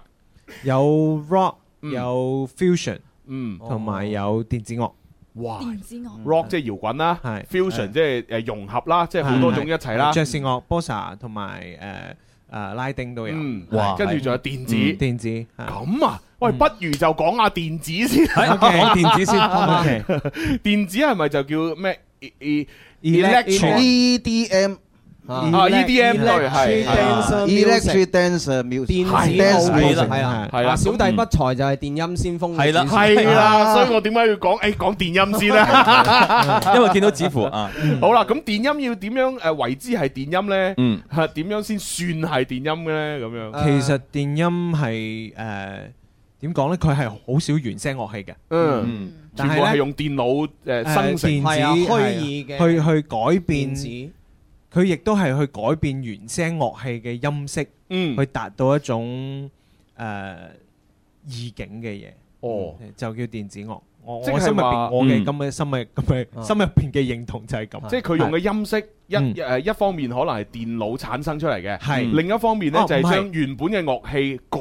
S15: 有 rock，有 fusion，
S8: 嗯，
S15: 同埋有電子樂。
S8: 哇
S15: 電
S17: 子樂
S8: rock 即係搖滾啦，fusion 即係誒融合啦，即係好多種一齊啦。
S15: 爵士樂、bossa 同埋誒誒拉丁都有。
S8: 哇跟住仲有電子
S15: 嗯電子
S8: 咁啊，喂，不如就講下電
S15: [LAUGHS]
S8: 子先，
S15: 係講電
S8: [LAUGHS]
S15: 子先好嘛
S8: OK 電子係咪就叫咩？E- E-
S14: Electro- EDM
S8: 啊
S15: ，E
S8: EDM 對係係
S14: Electric Dancer Music
S11: 電
S14: 係啊
S11: 子
S14: Dance
S11: 舞
S14: Music
S11: 係啦，
S8: 係啦
S11: 小弟不才就係電音先鋒嘅主持人。
S8: 嗯
S11: 啊
S8: 係啦，所以我點解要講誒講電音
S15: [LAUGHS]
S8: 先啦？
S12: 因為見到指符啊，
S8: [LAUGHS] 好啦，咁電音要點樣誒為之係電音咧？
S12: 嗯，
S8: 嚇啊點樣先算係電音嘅咧？咁樣
S15: 其實電音係誒點呃點講呢？佢係好少原聲樂器嘅，
S8: 嗯，啊
S15: 但
S8: 全
S15: 係
S8: 部
S15: 呢
S8: 係用電腦誒
S15: 誒
S8: 生成，
S15: 電子
S11: 虛擬嘅
S15: 去去改
S11: 電
S15: 變
S11: 子
S15: 佢亦都係去改變原聲樂器嘅音色，
S8: 嗯，
S15: 去達到一種誒意境嘅嘢。
S8: 哦，
S15: 就叫電子樂。我
S8: 即係
S15: 我心入
S8: 話
S15: 邊，我嘅
S8: 嗯啊
S15: 咁嘅心嘅咁嘅心入邊嘅認同就係咁。
S8: 即係佢用嘅音色一
S15: 嗯
S8: 誒一方面可能係電腦產生出嚟嘅，
S15: 係
S8: 另一方面呢
S15: 哦
S8: 就係
S15: 唔係
S8: 將原本嘅樂器改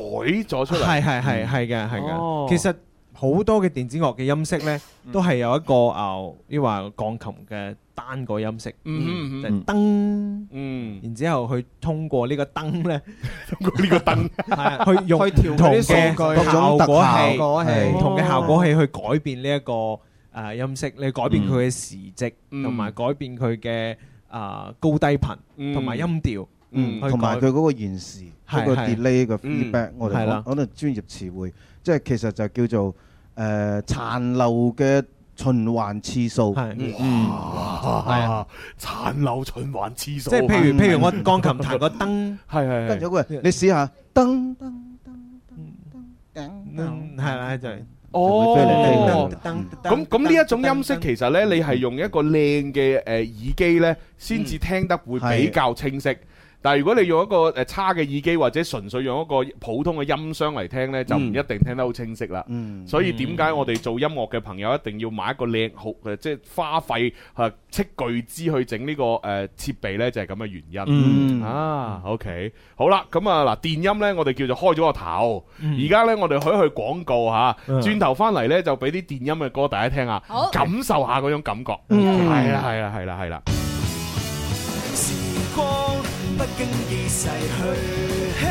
S8: 咗出嚟，
S15: 係係係係嘅係
S8: 哦
S15: 嘅。其實好多嘅電子樂嘅音色咧，都係有一個啊，呢話鋼琴嘅單個音色，
S8: 嗯嗯嗯
S15: 就係噔，
S8: 嗯，
S15: 然之後去通過呢個噔咧，
S8: 通過呢個噔，
S15: 係
S8: [LAUGHS]
S15: 啊，去用
S11: 去調
S15: 唔同
S11: 嗰啲數
S15: 嘅
S11: 據
S15: 各種效果器，
S11: 效果器
S15: 唔同嘅效果器去改變呢一個啊音色，你改變佢嘅時值，
S11: 嗯
S15: 同埋改變佢嘅啊高低頻，
S8: 嗯
S15: 同埋音調，
S14: 嗯，
S15: 去
S14: 同埋
S15: 改
S14: 佢嗰個延時、
S15: 係
S14: 嗰個
S15: 係
S14: delay 嘅
S15: 嗯
S14: feedback，我哋
S15: 係啦
S14: 講可能專業詞彙，即係其實就叫做誒殘留嘅循環次數。
S15: 係
S14: 嗯，
S8: 啊，殘留循環次數，
S15: 即係譬如譬如我鋼琴彈個燈，
S8: [LAUGHS] 係係
S14: 嗯跟住喂，你試下噔噔
S15: 嗯係啦就係。
S8: 哦，
S15: 噔
S8: 咁咁呢一種音色其實呢，你係用一個靚嘅誒呃耳機呢，先至聽得會比較清晰。但係如果你用一個誒差嘅耳機，或者純粹用一個普通嘅音箱嚟聽呢，
S15: 嗯
S8: 就唔一定聽得好清晰啦。
S14: 嗯
S8: 所以點解我哋做音樂嘅朋友一定要買一個靚好誒，即係花費誒斥巨資去整呢個誒設備呢，就係咁嘅原因。
S16: 嗯
S8: 啊，OK，好啦，咁啊嗱，電音呢，我哋叫做開咗個頭，
S11: 嗯
S8: 而家呢，我哋可以去廣告嚇，
S16: 嗯
S8: 轉頭翻嚟呢，就俾啲電音嘅歌大家聽下
S16: 好，
S8: 感受下嗰種感覺。
S16: 嗯
S8: 係啦，係啦，係啦，係啦。
S3: 時光不經意逝去，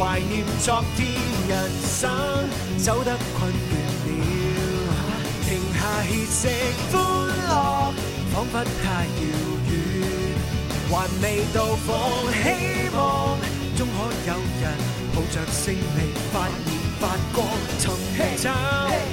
S3: 懷念昨天，人生走得困倦了，停下歇息，歡樂彷彿太遙遠，還未到訪，希望終可有人抱着勝利發現發光，尋找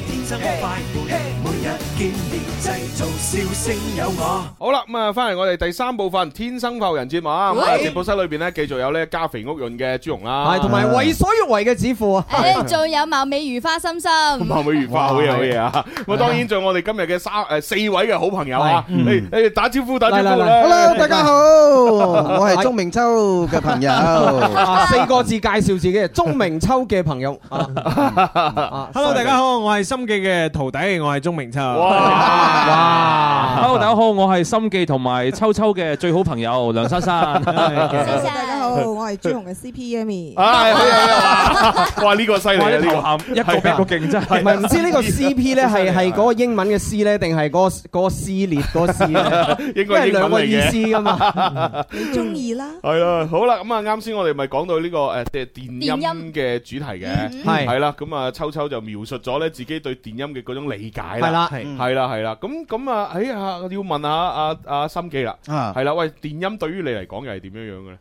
S3: 天生快活，每日見面製造笑聲有我。
S8: 好啦，咁啊，翻嚟我哋第三部分《天生浮人》節目啊，咁啊，
S11: 喂
S8: 直播室裏邊呢，繼續有呢加肥屋潤嘅朱容啦，
S11: 係同埋為所欲為嘅指父
S8: [LAUGHS]
S11: 啊！
S9: 誒，仲有貌美如花心心，
S8: 貌美如花，好嘢好嘢啊！咁啊，當然仲有我哋今日嘅三誒四位嘅好朋友啊，
S11: 嗯
S8: 你你打招呼打招呼啦
S14: Hello，大家好，我係鐘明秋嘅
S8: [LAUGHS]
S14: 朋友。
S8: 哦
S11: 啊
S8: 哎
S11: 四個字介紹自己，鐘明秋嘅朋友。啊
S15: [LAUGHS]
S14: 啊
S15: Hello，大家好，我係心記嘅徒弟，我係鐘明秋。
S14: 啊
S15: 啊
S12: 哇！Hello，大家好，我係心記同埋秋秋嘅最好朋
S15: [LAUGHS]
S12: 友梁珊珊。
S17: 大家好，我係朱紅嘅 CP Amy。
S8: 唉，好嘢好 [LAUGHS] 嘢哇哇，呢個犀利啊！
S12: 哇
S8: 呢
S12: 啲頭
S8: 個
S12: 銜一個比一個勁真係
S11: 唔係唔知呢個 C P 咧係係嗰個英文嘅 C 咧，定係嗰個嗰個撕裂嗰個 C 咧？
S8: [LAUGHS] 應該係
S11: 因為兩
S8: 英文嚟
S11: 個
S8: 嘅
S11: 意思噶
S17: [LAUGHS]
S11: 嘛。
S17: 中意啦。
S8: 系啦，好啦，咁啊，啱先我哋咪講到呢個诶即係電
S17: 電
S8: 音嘅主題嘅，
S11: 嗯係
S8: 係啦，咁啊，秋秋就描述咗咧自己對電音嘅嗰種理解
S11: 係啦
S8: 啦，
S11: 係
S8: 係啦，係啦，咁咁啊，哎呀，要問下阿阿心機啦，
S14: 啊
S8: 係啦，喂，電音對於你嚟講又係點樣樣嘅咧？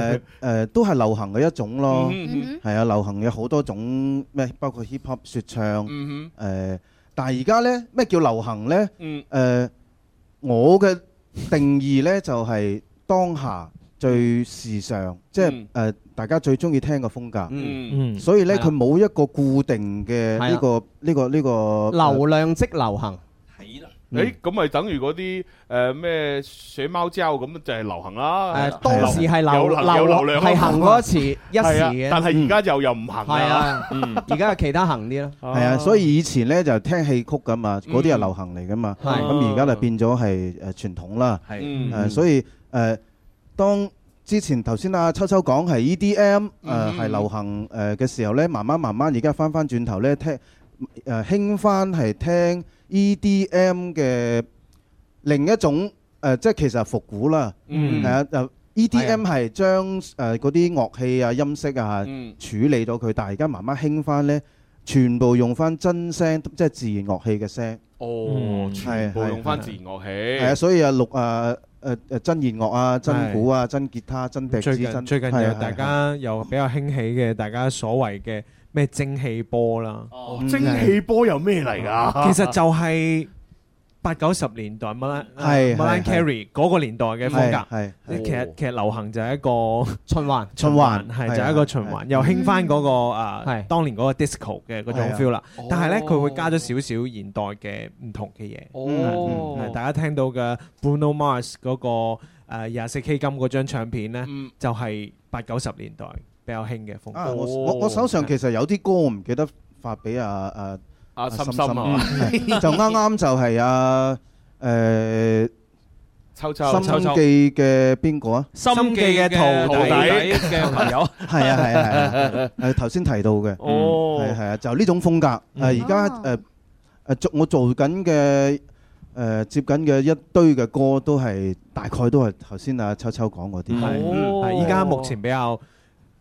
S14: 誒誒都係流行嘅一種咯，
S8: 嗯
S14: 係啊，流行有好多種咩，包括 hip hop 説唱，
S8: 嗯
S14: 誒，但係而家咧咩叫流行咧？
S8: 嗯
S14: 誒，我嘅定義咧就係當下最時尚，即係誒大家最中意聽嘅風格。
S8: 嗯
S11: 嗯
S14: 所以咧
S11: 係啦
S14: 佢冇一個固定嘅呢個呢個呢個
S11: 流量即流行，
S8: 诶，咁咪等於嗰啲诶咩水貓膠咁就係啊流行啦。
S11: 誒呃當時係流
S8: 有有流量啦啊
S11: 係行過一
S8: [LAUGHS]
S11: 次一時嘅
S8: 係啊但係而家就又唔行啦嗯哦
S11: 係啊，而家有其他行啲啦。
S14: 係啊，所以以前咧就聽戲曲噶嘛，嗰啲係
S11: 嗯
S14: 流行嚟噶嘛，
S11: 係
S14: 咁而家就變咗係誒傳統啦。
S12: 係
S11: 嗯
S14: 誒，所以誒，當之前頭先阿秋秋 E 講係 EDM
S11: 嗯
S14: 誒係呃流行誒嘅時候咧，慢慢慢慢而家翻翻轉頭咧，聽誒興翻係聽 EDM E 嘅另一種誒，即係其實係復古啦。
S11: 嗯
S14: 係啊，就 EDM 係將誒嗰啲樂器啊、音色啊
S8: 嗯
S14: 處理到佢，但係而家慢慢興翻咧，全部用翻真聲，即係自然樂器嘅聲。
S8: 哦，
S15: 嗯
S8: 全部
S14: 係
S8: 用翻自然樂器。
S14: 係啊，所以啊，錄啊誒誒真弦樂啊、真鼓啊、真吉他、真笛
S15: 最
S14: 子、
S15: 近
S14: 真
S15: 最近
S14: 係
S15: 又
S14: 啊
S15: 大
S14: 係啊
S15: 家又比較興起嘅，大家所謂嘅咩哦蒸氣波啦。
S8: 蒸汽波有咩嚟㗎？
S15: 其實就係八九十年代 Malan
S14: 係係
S15: Malan Carey 嗰個年代嘅
S14: 係
S15: 風格
S14: 係，
S15: 其實其實流行就係一個
S11: 循環
S15: 循環係
S14: 係
S15: 就係一個循環，又興翻嗰個啊
S11: 係
S15: 當年嗰個 disco 嘅嗰種
S11: 係啊
S15: feel 啦
S11: 哦。
S15: 但係咧佢會加咗少少現代嘅唔同嘅嘢。
S11: 哦
S15: 嗯係大家聽到嘅 Bruno Mars 嗰個誒廿四 K 金嗰張唱片咧，就係八九十年代比較興嘅風
S14: 啊，
S15: 格。
S14: 我我我手上其實有啲歌我唔記得發俾阿阿
S8: 阿
S15: 心
S14: 心
S15: 心啊
S14: 啊，
S8: [LAUGHS]
S14: 係就啱啱就係阿誒。
S8: 秋秋
S14: 心
S8: 秋秋
S14: 記嘅邊個啊？
S8: 心記嘅徒弟嘅朋友
S14: [LAUGHS] 係啊係啊係
S8: [LAUGHS]
S14: 啊，誒頭先提到嘅，
S8: 哦
S14: 係係啊，就呢種風格。誒而家誒誒做我做緊嘅誒接緊嘅一堆嘅歌都係大概都係頭先阿秋秋講嗰啲。嗯
S15: 係係依家目前比較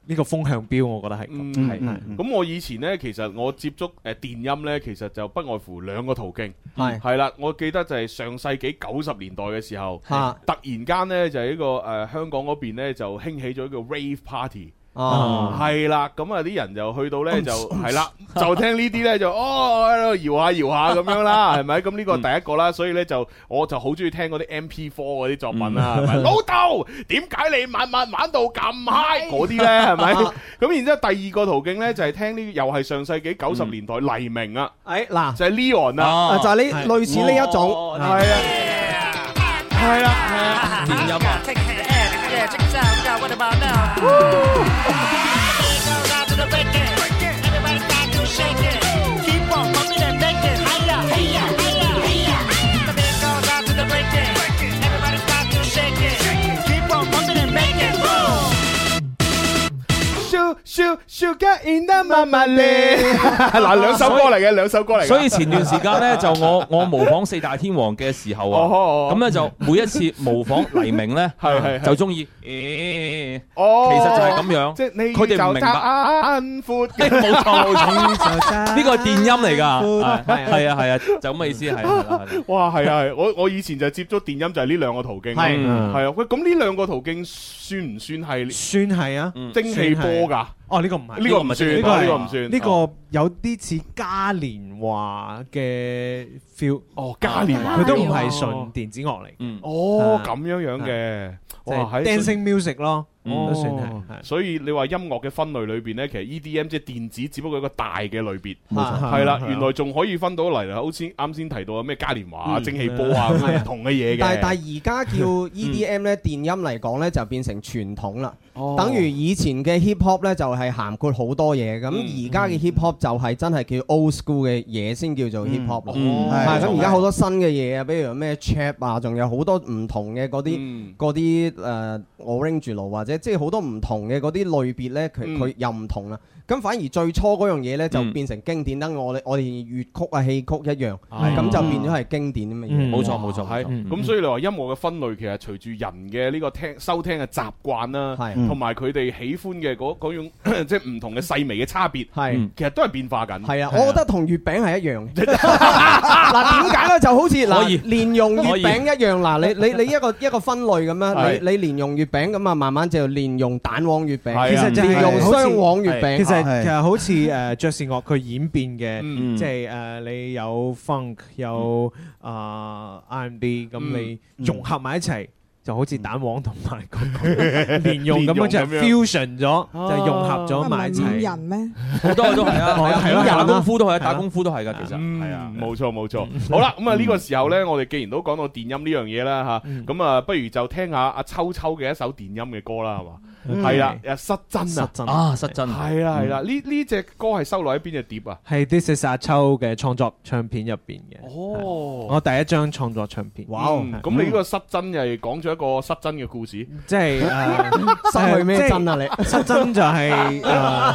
S15: 呢個風向標，我覺得係
S8: 嗯
S15: 咁。係係
S8: 咁我以前呢，其實我接觸誒電音呢，其實就不外乎兩個途徑，
S11: 係
S8: 係啦。我記得就係上世紀九十年代嘅時候，
S11: 嚇
S8: 突然間呢，就係呢個誒呃香港嗰邊呢，就興起咗一個 rave party。
S11: 哦
S8: 係啦，咁啊啲人就去到呢，就
S11: 嗯
S8: 係啦，就聽呢啲呢，就哦喺度搖下搖下咁樣啦，係咪？咁呢個第一個啦，所以呢，就我就好中意聽嗰啲 MP4 嗰啲作品啦，係咪
S5: 嗯
S8: 老豆點解你晚晚玩到咁 high 嗰啲呢？
S9: 哎 [LAUGHS]
S8: 係咪？
S9: 啊
S8: 咁然之後第二個途徑呢，就係聽呢，又係上世紀九十年代黎明啊，
S11: 誒嗱
S8: 就係 Leon 啊
S11: 啊，就係呢類似呢一種
S8: 哦係啊，係
S17: [LAUGHS]
S8: 啦，係啊，
S3: [LAUGHS]
S8: 電音啊。Su- su- Sugar in the mama [LAUGHS] 嗱，兩首歌嚟嘅，兩首歌嚟嘅。
S12: 所以前段時間
S8: [LAUGHS]
S12: 咧，就我我模仿四大天王嘅時候
S8: 哦
S12: 啊，咁咧就每一次模仿黎明咧，
S8: 嗯 [LAUGHS] 係
S12: 就中意，
S8: 哦，
S12: 其實就係咁樣
S8: 即係你啊
S12: 佢哋唔明白
S8: 眼闊，
S12: 冇錯冇
S8: 錯
S12: 呢個係電音嚟㗎，係啊係啊，就咁嘅意思係係啦。係啦
S8: 哇，係啊，係我我以前就接觸電音就係呢兩個途徑，
S15: 係
S8: 嗯係啊，喂，咁呢兩個途徑算唔算係
S15: 算係啊，
S8: 蒸汽波
S15: 算係
S8: 㗎？
S15: 哦，呢個唔係，
S8: 呢個唔算
S15: 呢個係
S8: 呢個唔算啊哦
S15: 呢個有啲似嘉年華嘅 feel。
S8: 哦，嘉年華
S15: 佢都唔係純電子樂嚟嘅。
S8: 哦，咁樣樣嘅，
S15: 即
S8: 哇，
S15: 啊係
S8: 喺
S15: dancing music 咯，
S8: 哦
S15: 都算係。
S8: 所以你話音樂嘅分類裏邊呢，其實 EDM 即係電子，只不過一個大嘅類別，
S15: 冇錯
S8: 係啦
S15: 係啊。
S8: 原來仲可以分到嚟啦，好似啱先提到嘅咩嘉年華啊、
S11: 嗯
S8: 蒸汽波啊，咁
S11: 係啊
S8: 唔同嘅嘢嘅。
S11: 但係但係而家叫 EDM 咧，電音嚟講咧就變成傳統啦。
S8: 哦
S11: 等於以前嘅 hip hop 咧就係涵括好多嘢，咁而家嘅 hip hop 就係真係叫 old school 嘅嘢先叫做 hip hop 咯。
S14: 嗯係
S11: 係啊咁而家好多新嘅嘢啊，比如咩 trap 啊，仲有好多唔同嘅嗰啲嗰啲誒 orange 路或者即係好多唔同嘅嗰啲類別咧，佢
S14: 嗯
S11: 佢又唔同啦。咁反而最初嗰樣嘢咧就變成經典，等我哋我哋粵曲啊戲曲一樣，咁就變咗係經典咁嘅嘢。
S12: 嗯冇
S8: 嗯
S12: 錯冇錯，嗯係
S8: 咁所以你話音樂嘅分類其實隨住人嘅呢個聽收聽嘅習慣啦，
S11: 係
S12: 嗯
S8: 同埋佢哋喜歡嘅嗰嗰種 [COUGHS] 即係唔同嘅細微嘅差別，
S11: 係
S12: 嗯
S8: 其實都係變化緊。
S11: 係啊，我覺得同月餅係一樣嘅。嗱，點解咧？就好似
S8: 可以
S11: 嗱，蓮蓉月餅一樣嗱，你你你一個一個分類咁
S15: 係
S11: 樣，你你蓮蓉月餅咁啊，慢慢就蓮蓉蛋黃月餅，
S15: 其實就
S8: 嗯
S11: 蓮蓉
S15: 係
S11: 雙黃月餅，
S15: 其實其
S11: 係
S15: 實好似誒爵士樂佢演變嘅，
S11: 嗯
S15: 即係誒你有 funk 有
S8: 嗯
S15: 啊 R&B，咁你融合埋一齊。就
S8: 嗯
S15: 好似蛋黃同埋嗰 [LAUGHS]
S8: [LAUGHS]
S15: 個蓮蓉咁樣，就係
S12: 蓮蓉咁樣
S15: fusion 咗，就係融合咗埋一哦
S17: 唔係五
S15: 齊。
S17: 人咩？
S12: 好多都係啊，係啊
S15: 係咯
S12: 打功夫都係啊，打功夫都係㗎，其實係啊，
S8: 嗯冇錯冇錯。好啦，咁啊呢個時候呢，我哋既然都講到電音呢樣嘢啦
S15: 嗯
S8: 吓，咁啊不如就聽下阿秋秋嘅一首電音嘅歌啦，係嘛？
S15: 嗯
S8: 係啦，誒失真啊，
S15: 失真嗯
S12: 啊失真
S8: 係啦係啦，呢呢只歌係收落喺邊只碟啊？
S15: 係 This is 阿秋嘅創作唱片入邊嘅，
S8: 哦
S15: 我哦第一張創作唱片。
S8: 嗯咁你呢個失真又係講咗一個失真嘅故事，
S15: 即係誒
S11: 失去咩真啊
S15: 你失真就係呃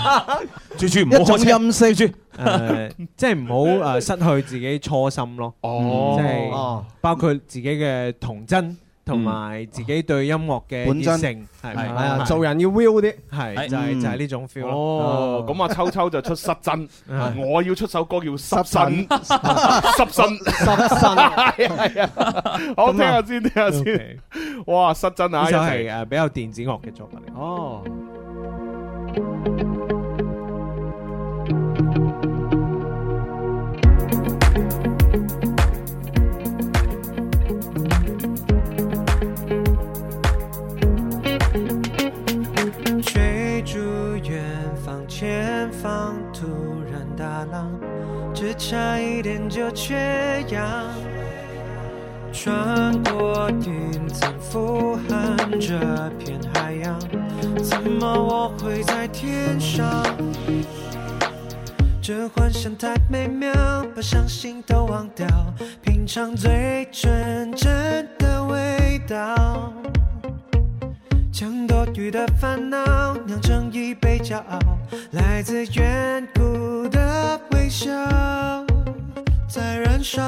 S15: 誒，
S12: 住住
S8: 唔好開車一種
S15: 音色，住誒，即係唔
S8: [LAUGHS]
S15: 好誒失去自己初心咯。
S8: 哦
S15: 即係包括自己嘅童真，同埋自己對音樂嘅
S11: 本真
S15: 熱誠，係
S11: 係
S15: 咪
S11: 啊，做人要 will 啲，
S15: 係就係就係呢種 feel
S8: 哎哦
S15: 咯。，啊
S8: 咁啊，秋秋就出失
S15: [LAUGHS]
S8: 真，
S15: 係
S8: 我要出首歌叫濕身，濕身，
S11: 濕身
S8: [LAUGHS] 係啊係啊，好聽
S15: 咁
S8: 下
S15: 啊
S8: 先，聽下先，哇，失真啊，
S15: 呢
S8: 一
S15: 首
S8: 齊
S15: 係誒比較電子樂嘅作品嚟。
S8: 哦。
S5: Hãy subscribe cho kênh Ghiền Mì Gõ Để không bỏ lỡ
S10: 一点就缺氧，穿过云层俯瞰这片海洋，怎么我会在天上？这幻想太美妙，把伤心都忘掉，品尝最纯真的味道。将多余的烦恼酿成一杯骄傲，来自远古的微笑在燃烧。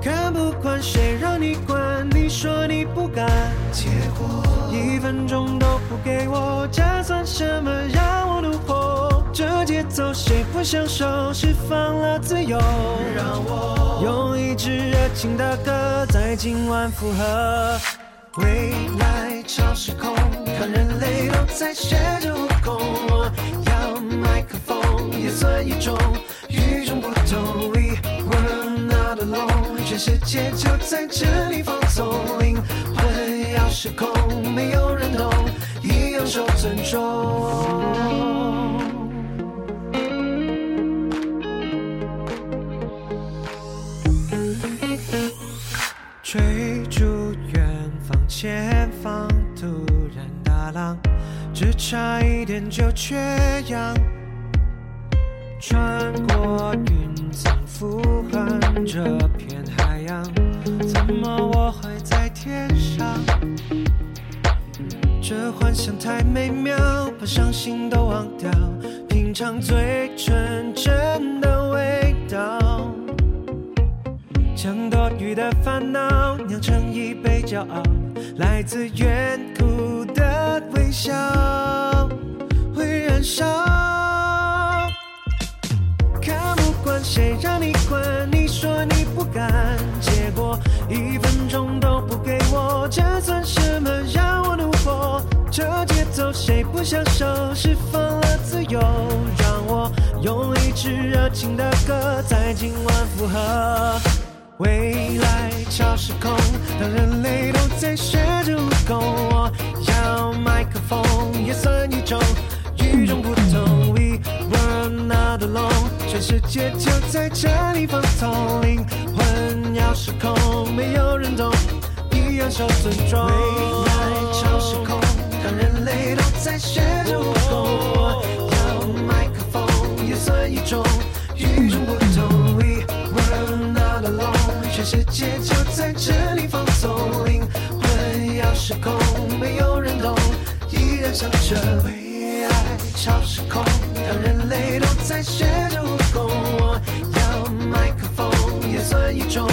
S10: 看不惯谁让你管，你说你不敢，结果一分钟都不给我，这算什么让我怒火？这节奏谁不享受？释放了自由，让我用一支热情的歌在今晚附和。未来超时空，看人类都在学着悟空，我要麦克风也算一种与众不同。We were not alone，全世界就在这里放松，灵魂要失控，没有人懂，一样受尊重。追逐远方，前方突然大浪，只差一点就缺氧。穿过云层，俯瞰这片海洋，怎么我会在天上？这幻想太美妙，把伤心都忘掉，品尝最纯真的味道。将多余的烦恼酿成一杯骄傲，来自远古的微笑会燃烧。看不惯谁让你管，你说你不敢，结果一分钟都不给我，这算什么让我怒火？这节奏谁不享受？释放了自由，让我用一支热情的歌在今晚附和。未来超时空，当人类都在学着悟空，我要麦克风也算一种与众不同。We were not alone，全世界就在这里放松，灵魂要失控，没有人懂，一样受尊重。未来超时空，当人类都在学着悟空，我要麦克风也算一种与众不同。We were not alone，全世界就在这里放松，灵魂要失控，没有人懂，依然想着未来超时空，当人类都在学着悟空，我要麦克风也算一种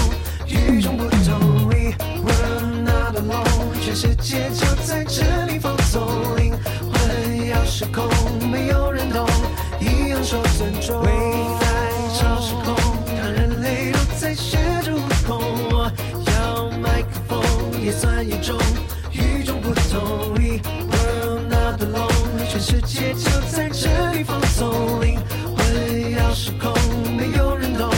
S10: 与众不同。We were not alone，全世界就在这里放松，灵魂要失控，没有人懂，一样受尊重。未来超时空，当人类都在学着悟空，我要麦克风也算一种与众不同。We were not alone，全世界就在这里放松，灵魂要失控，没有人懂，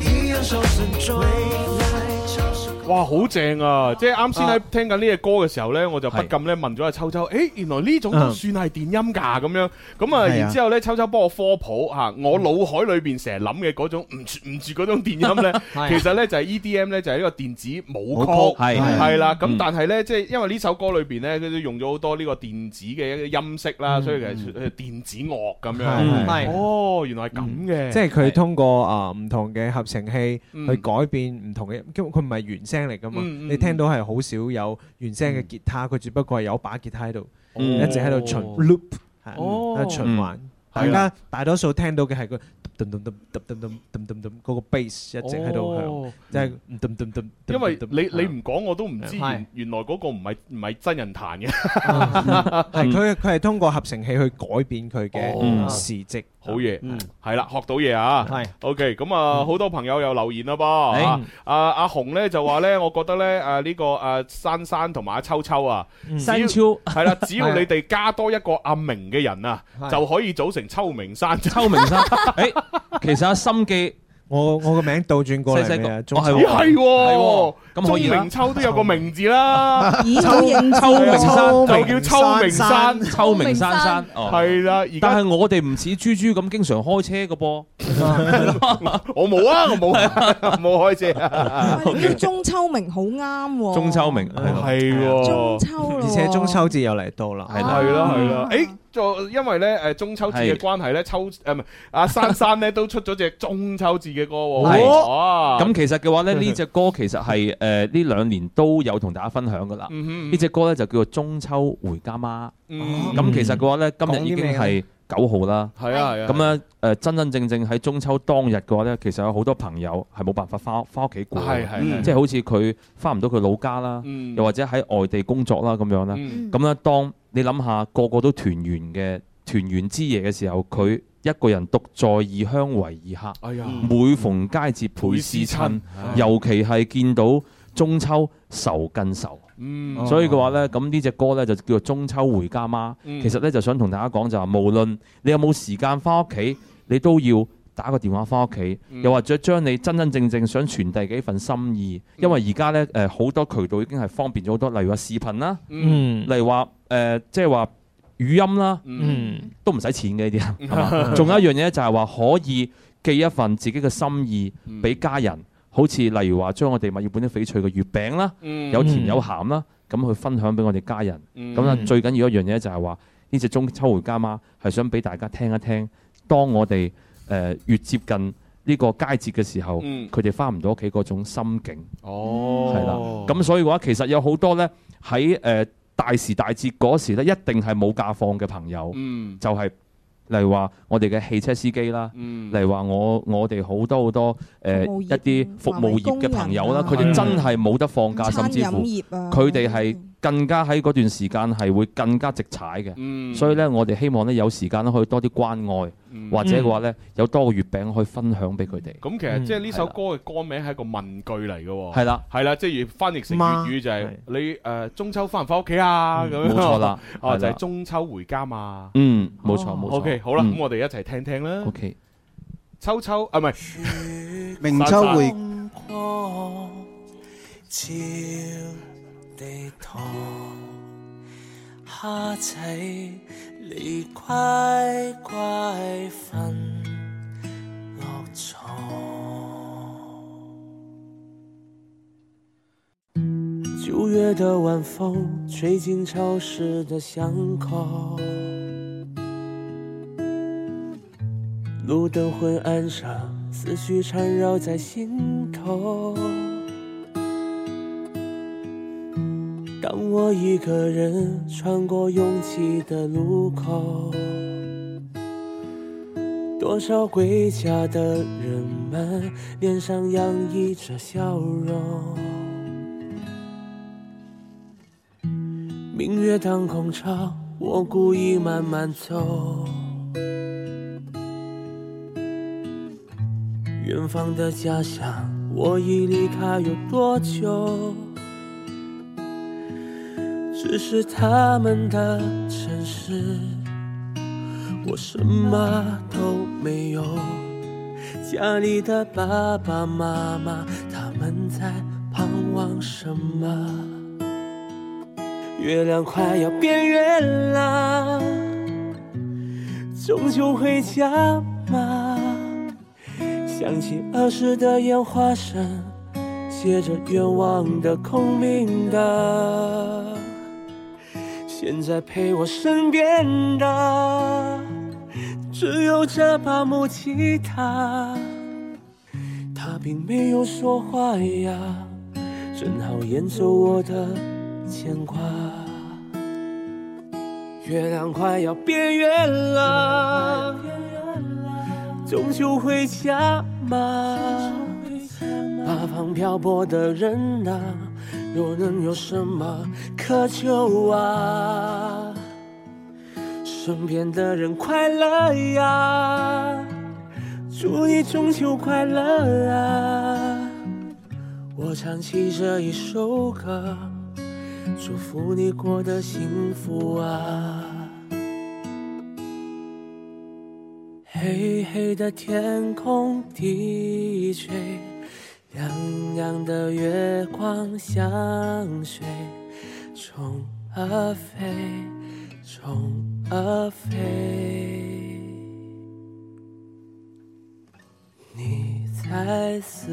S10: 一样受尊重。未来超时空。
S8: 哇，好正啊！即係啱先喺聽緊呢只歌嘅時候呢，我就不禁咧問咗阿秋秋，誒，原來呢種都算係電音㗎咁樣。咁啊，
S14: 係啊
S8: 然之後呢，秋秋幫我科普嚇，我腦海裏邊成日諗嘅嗰種唔住唔住嗰種電音呢，
S14: 係
S8: 其實呢就係 EDM 呢，就係一個電子舞
S14: 舞
S8: 曲，
S14: 曲係係
S8: 係啦。咁
S14: 嗯
S8: 但係呢，即係因為呢首歌裏邊呢，佢都用咗好多呢個電子嘅一啲音色啦，所以其實誒電子樂咁樣。
S15: 係係
S8: 哦，原來係咁嘅，
S15: 即係佢通過啊唔同嘅合成器
S8: 嗯
S15: 去改變唔同嘅，因為佢唔係原聲嚟噶嘛，
S8: 嗯嗯
S15: 你聽到係好少有原聲嘅吉他，佢只不過係有把吉他喺度，
S16: 嗯
S15: 一直喺度循 loop，係
S16: 哦
S15: 喺度循環。大
S16: 係
S15: 家大多數聽到嘅係個噔噔噔噔噔噔噔噔噔嗰個 bass 一直喺度
S8: 哦
S15: 響，即係嗯噔噔噔。啊
S8: 因為你你唔講我都唔知
S15: 係
S8: 原原來嗰個唔係唔係真人彈嘅，哦嗯
S15: 係佢啊佢係通過合成器去改變佢嘅時值。
S8: 好嘢，係啦，學到嘢啊，嗯係 OK，咁啊好多朋友又留言啦噃，啊阿阿紅咧就話咧，我覺得咧啊呢個啊珊珊同埋阿秋秋啊，
S12: 山
S8: 超
S12: 丘
S8: 係啊啦，只要你哋加多一個阿明嘅人啊，
S12: 係
S8: 就可以組成秋明山。
S12: 秋明山，誒，其實阿心記。
S15: 我我個名倒轉過嚟
S12: 細細個
S15: 嘅，
S12: 哦係喎
S8: 咦係喎，
S12: 咁可以啦
S8: 鍾明秋都有個名字啦，
S12: [LAUGHS] 咦好認真
S8: [LAUGHS] 秋明
S12: 秋
S8: 啊山
S12: 明
S8: 就叫秋明山，
S12: 秋明山
S8: [LAUGHS]
S12: 山哦
S8: 係啦，而
S12: 但
S8: 家
S12: 係我哋唔似豬豬咁經常開車嘅噃，
S8: [LAUGHS] 我冇啊，我冇啊，冇 [LAUGHS] 開車，
S12: [LAUGHS]
S17: 叫中秋明好啱喎。
S12: 中秋明
S8: 係喎，中
S17: 秋咯
S15: 而且中秋節又嚟到啦，
S8: 係啦係啦係啦，誒，就因為咧誒中秋節嘅
S12: 嗯係
S8: 關係咧，秋誒唔係阿珊珊咧都出咗隻中秋節嘅歌
S12: 係
S8: 喎，哇！
S12: 咁其實嘅
S8: 嗯
S12: 話咧，呢只歌其實係誒呢兩年都有同大家分享噶啦。
S8: 嗯哼嗯
S12: 呢只歌咧就叫做《中秋回家媽》。
S8: 嗯
S12: 咁其實嘅話咧，今日已經
S8: 講啲咩
S12: 係
S8: 呢
S12: 九號啦。
S8: 係啊係啊
S12: 咁咧誒真真正正喺中秋當日嘅話咧，其實有好多朋友係冇辦法翻翻屋企過嘅，
S8: 啊係係係
S12: 即係好似佢翻唔到佢老家啦
S8: 嗯，
S12: 又或者喺外地工作啦咁樣啦。
S8: 嗯
S12: 咁咧，當你諗下個個都團圓嘅團圓之夜嘅時候，佢一個人獨在異鄉為異客。
S8: 哎呀
S12: 每逢佳節倍思親，
S8: 啊
S12: 尤其係見到中秋愁更愁。
S8: 嗯
S12: 所以嘅話呢，咁呢只歌呢就叫做《中秋回家媽》。
S8: 嗯
S12: 其實呢，就想同大家講就係，無論你有冇時間翻屋企，你都要打個電話翻屋企，
S8: 嗯
S12: 又或者將你真真正正想傳遞嘅一份心意。
S8: 嗯
S12: 因為而家呢，誒好多渠道已經係方便咗好多，例如話視頻啦，
S15: 嗯
S12: 例如話誒即係話語音啦，
S15: 嗯
S12: 都唔使錢嘅呢啲，
S8: [LAUGHS]
S15: 嗯
S12: 係嘛仲有一樣嘢就係話可以寄一份自己嘅心意
S8: 嗯
S12: 俾家人，好似例如話將我哋墨爾本啲翡翠嘅月餅啦，
S8: 嗯
S12: 有甜有鹹啦，咁去分享俾我哋家人。
S8: 嗯
S12: 咁啊，最緊要一樣嘢就係話呢只中秋回家媽係想俾大家聽一聽，當我哋誒越接近呢個佳節嘅時候，
S8: 嗯
S12: 佢哋翻唔到屋企嗰種心境。
S8: 哦
S12: 係啦，咁所以嘅話，其實有好多呢喺誒大時大節嗰時呢，一定係冇假放嘅朋友，
S8: 嗯
S12: 就係、例如話我哋嘅汽車司機啦，
S8: 嗯
S12: 例如話我我哋好多好多誒、呃
S17: 服務
S12: 一
S17: 業啊
S12: 啲服務業嘅朋友啦，
S17: 華
S12: 佢
S17: 為工人啊
S12: 哋
S17: 嗯
S12: 真係冇得放假，
S17: 餐
S12: 甚至乎
S17: 飲業啊
S12: 佢哋係更加喺嗰段時間係會更加直踩嘅。
S8: 嗯
S12: 所以呢，我哋希望呢，有時間咧可以多啲關愛，
S8: 嗯
S12: 或者嘅話呢，有多個月餅可以分享俾佢哋。
S8: 咁其
S17: 嗯
S8: 實即係呢首歌嘅歌名係一個問句嚟嘅喎，
S12: 嗯係啦
S8: 係啦，即係翻譯成
S12: 媽嗯
S8: 粵語就係你誒中秋翻唔翻屋企啊？咁樣
S12: 冇錯啦係
S8: [LAUGHS] 哦
S12: 啦
S8: 就係中秋回家嘛。哦
S12: 嗯冇錯冇錯
S8: OK，好啦，
S12: 嗯
S8: 咁我哋一齊聽聽啦。
S12: OK，
S8: 秋秋啊，唔係
S14: 明秋回
S18: 光照地堂，蝦仔你乖乖瞓落床。
S19: 九月的晚风吹进潮湿的巷口，路灯昏暗上，思绪缠绕在心头。当我一个人穿过拥挤的路口，多少归家的人们脸上洋溢着笑容。明月当空照，我故意慢慢走。远方的家乡，我已离开有多久？只是他们的城市，我什么都没有。家里的爸爸妈妈，他们在盼望什么？月亮快要变圆了，终究回家吗？想起儿时的烟花声，写着愿望的空明的。现在陪我身边的，只有这把木吉他，它并没有说话呀，正好演奏我的牵挂。月亮快要变圆了，终究回家吗？八方漂泊的人呐、又能有什么渴求啊？身边的人快乐呀，祝你中秋快乐啊！我唱起这一首歌，祝福你过得幸福啊！
S18: 黑
S19: 嘿，
S18: 黑的天空低垂，洋洋的月光像水，虫儿飞，虫儿飞。你在思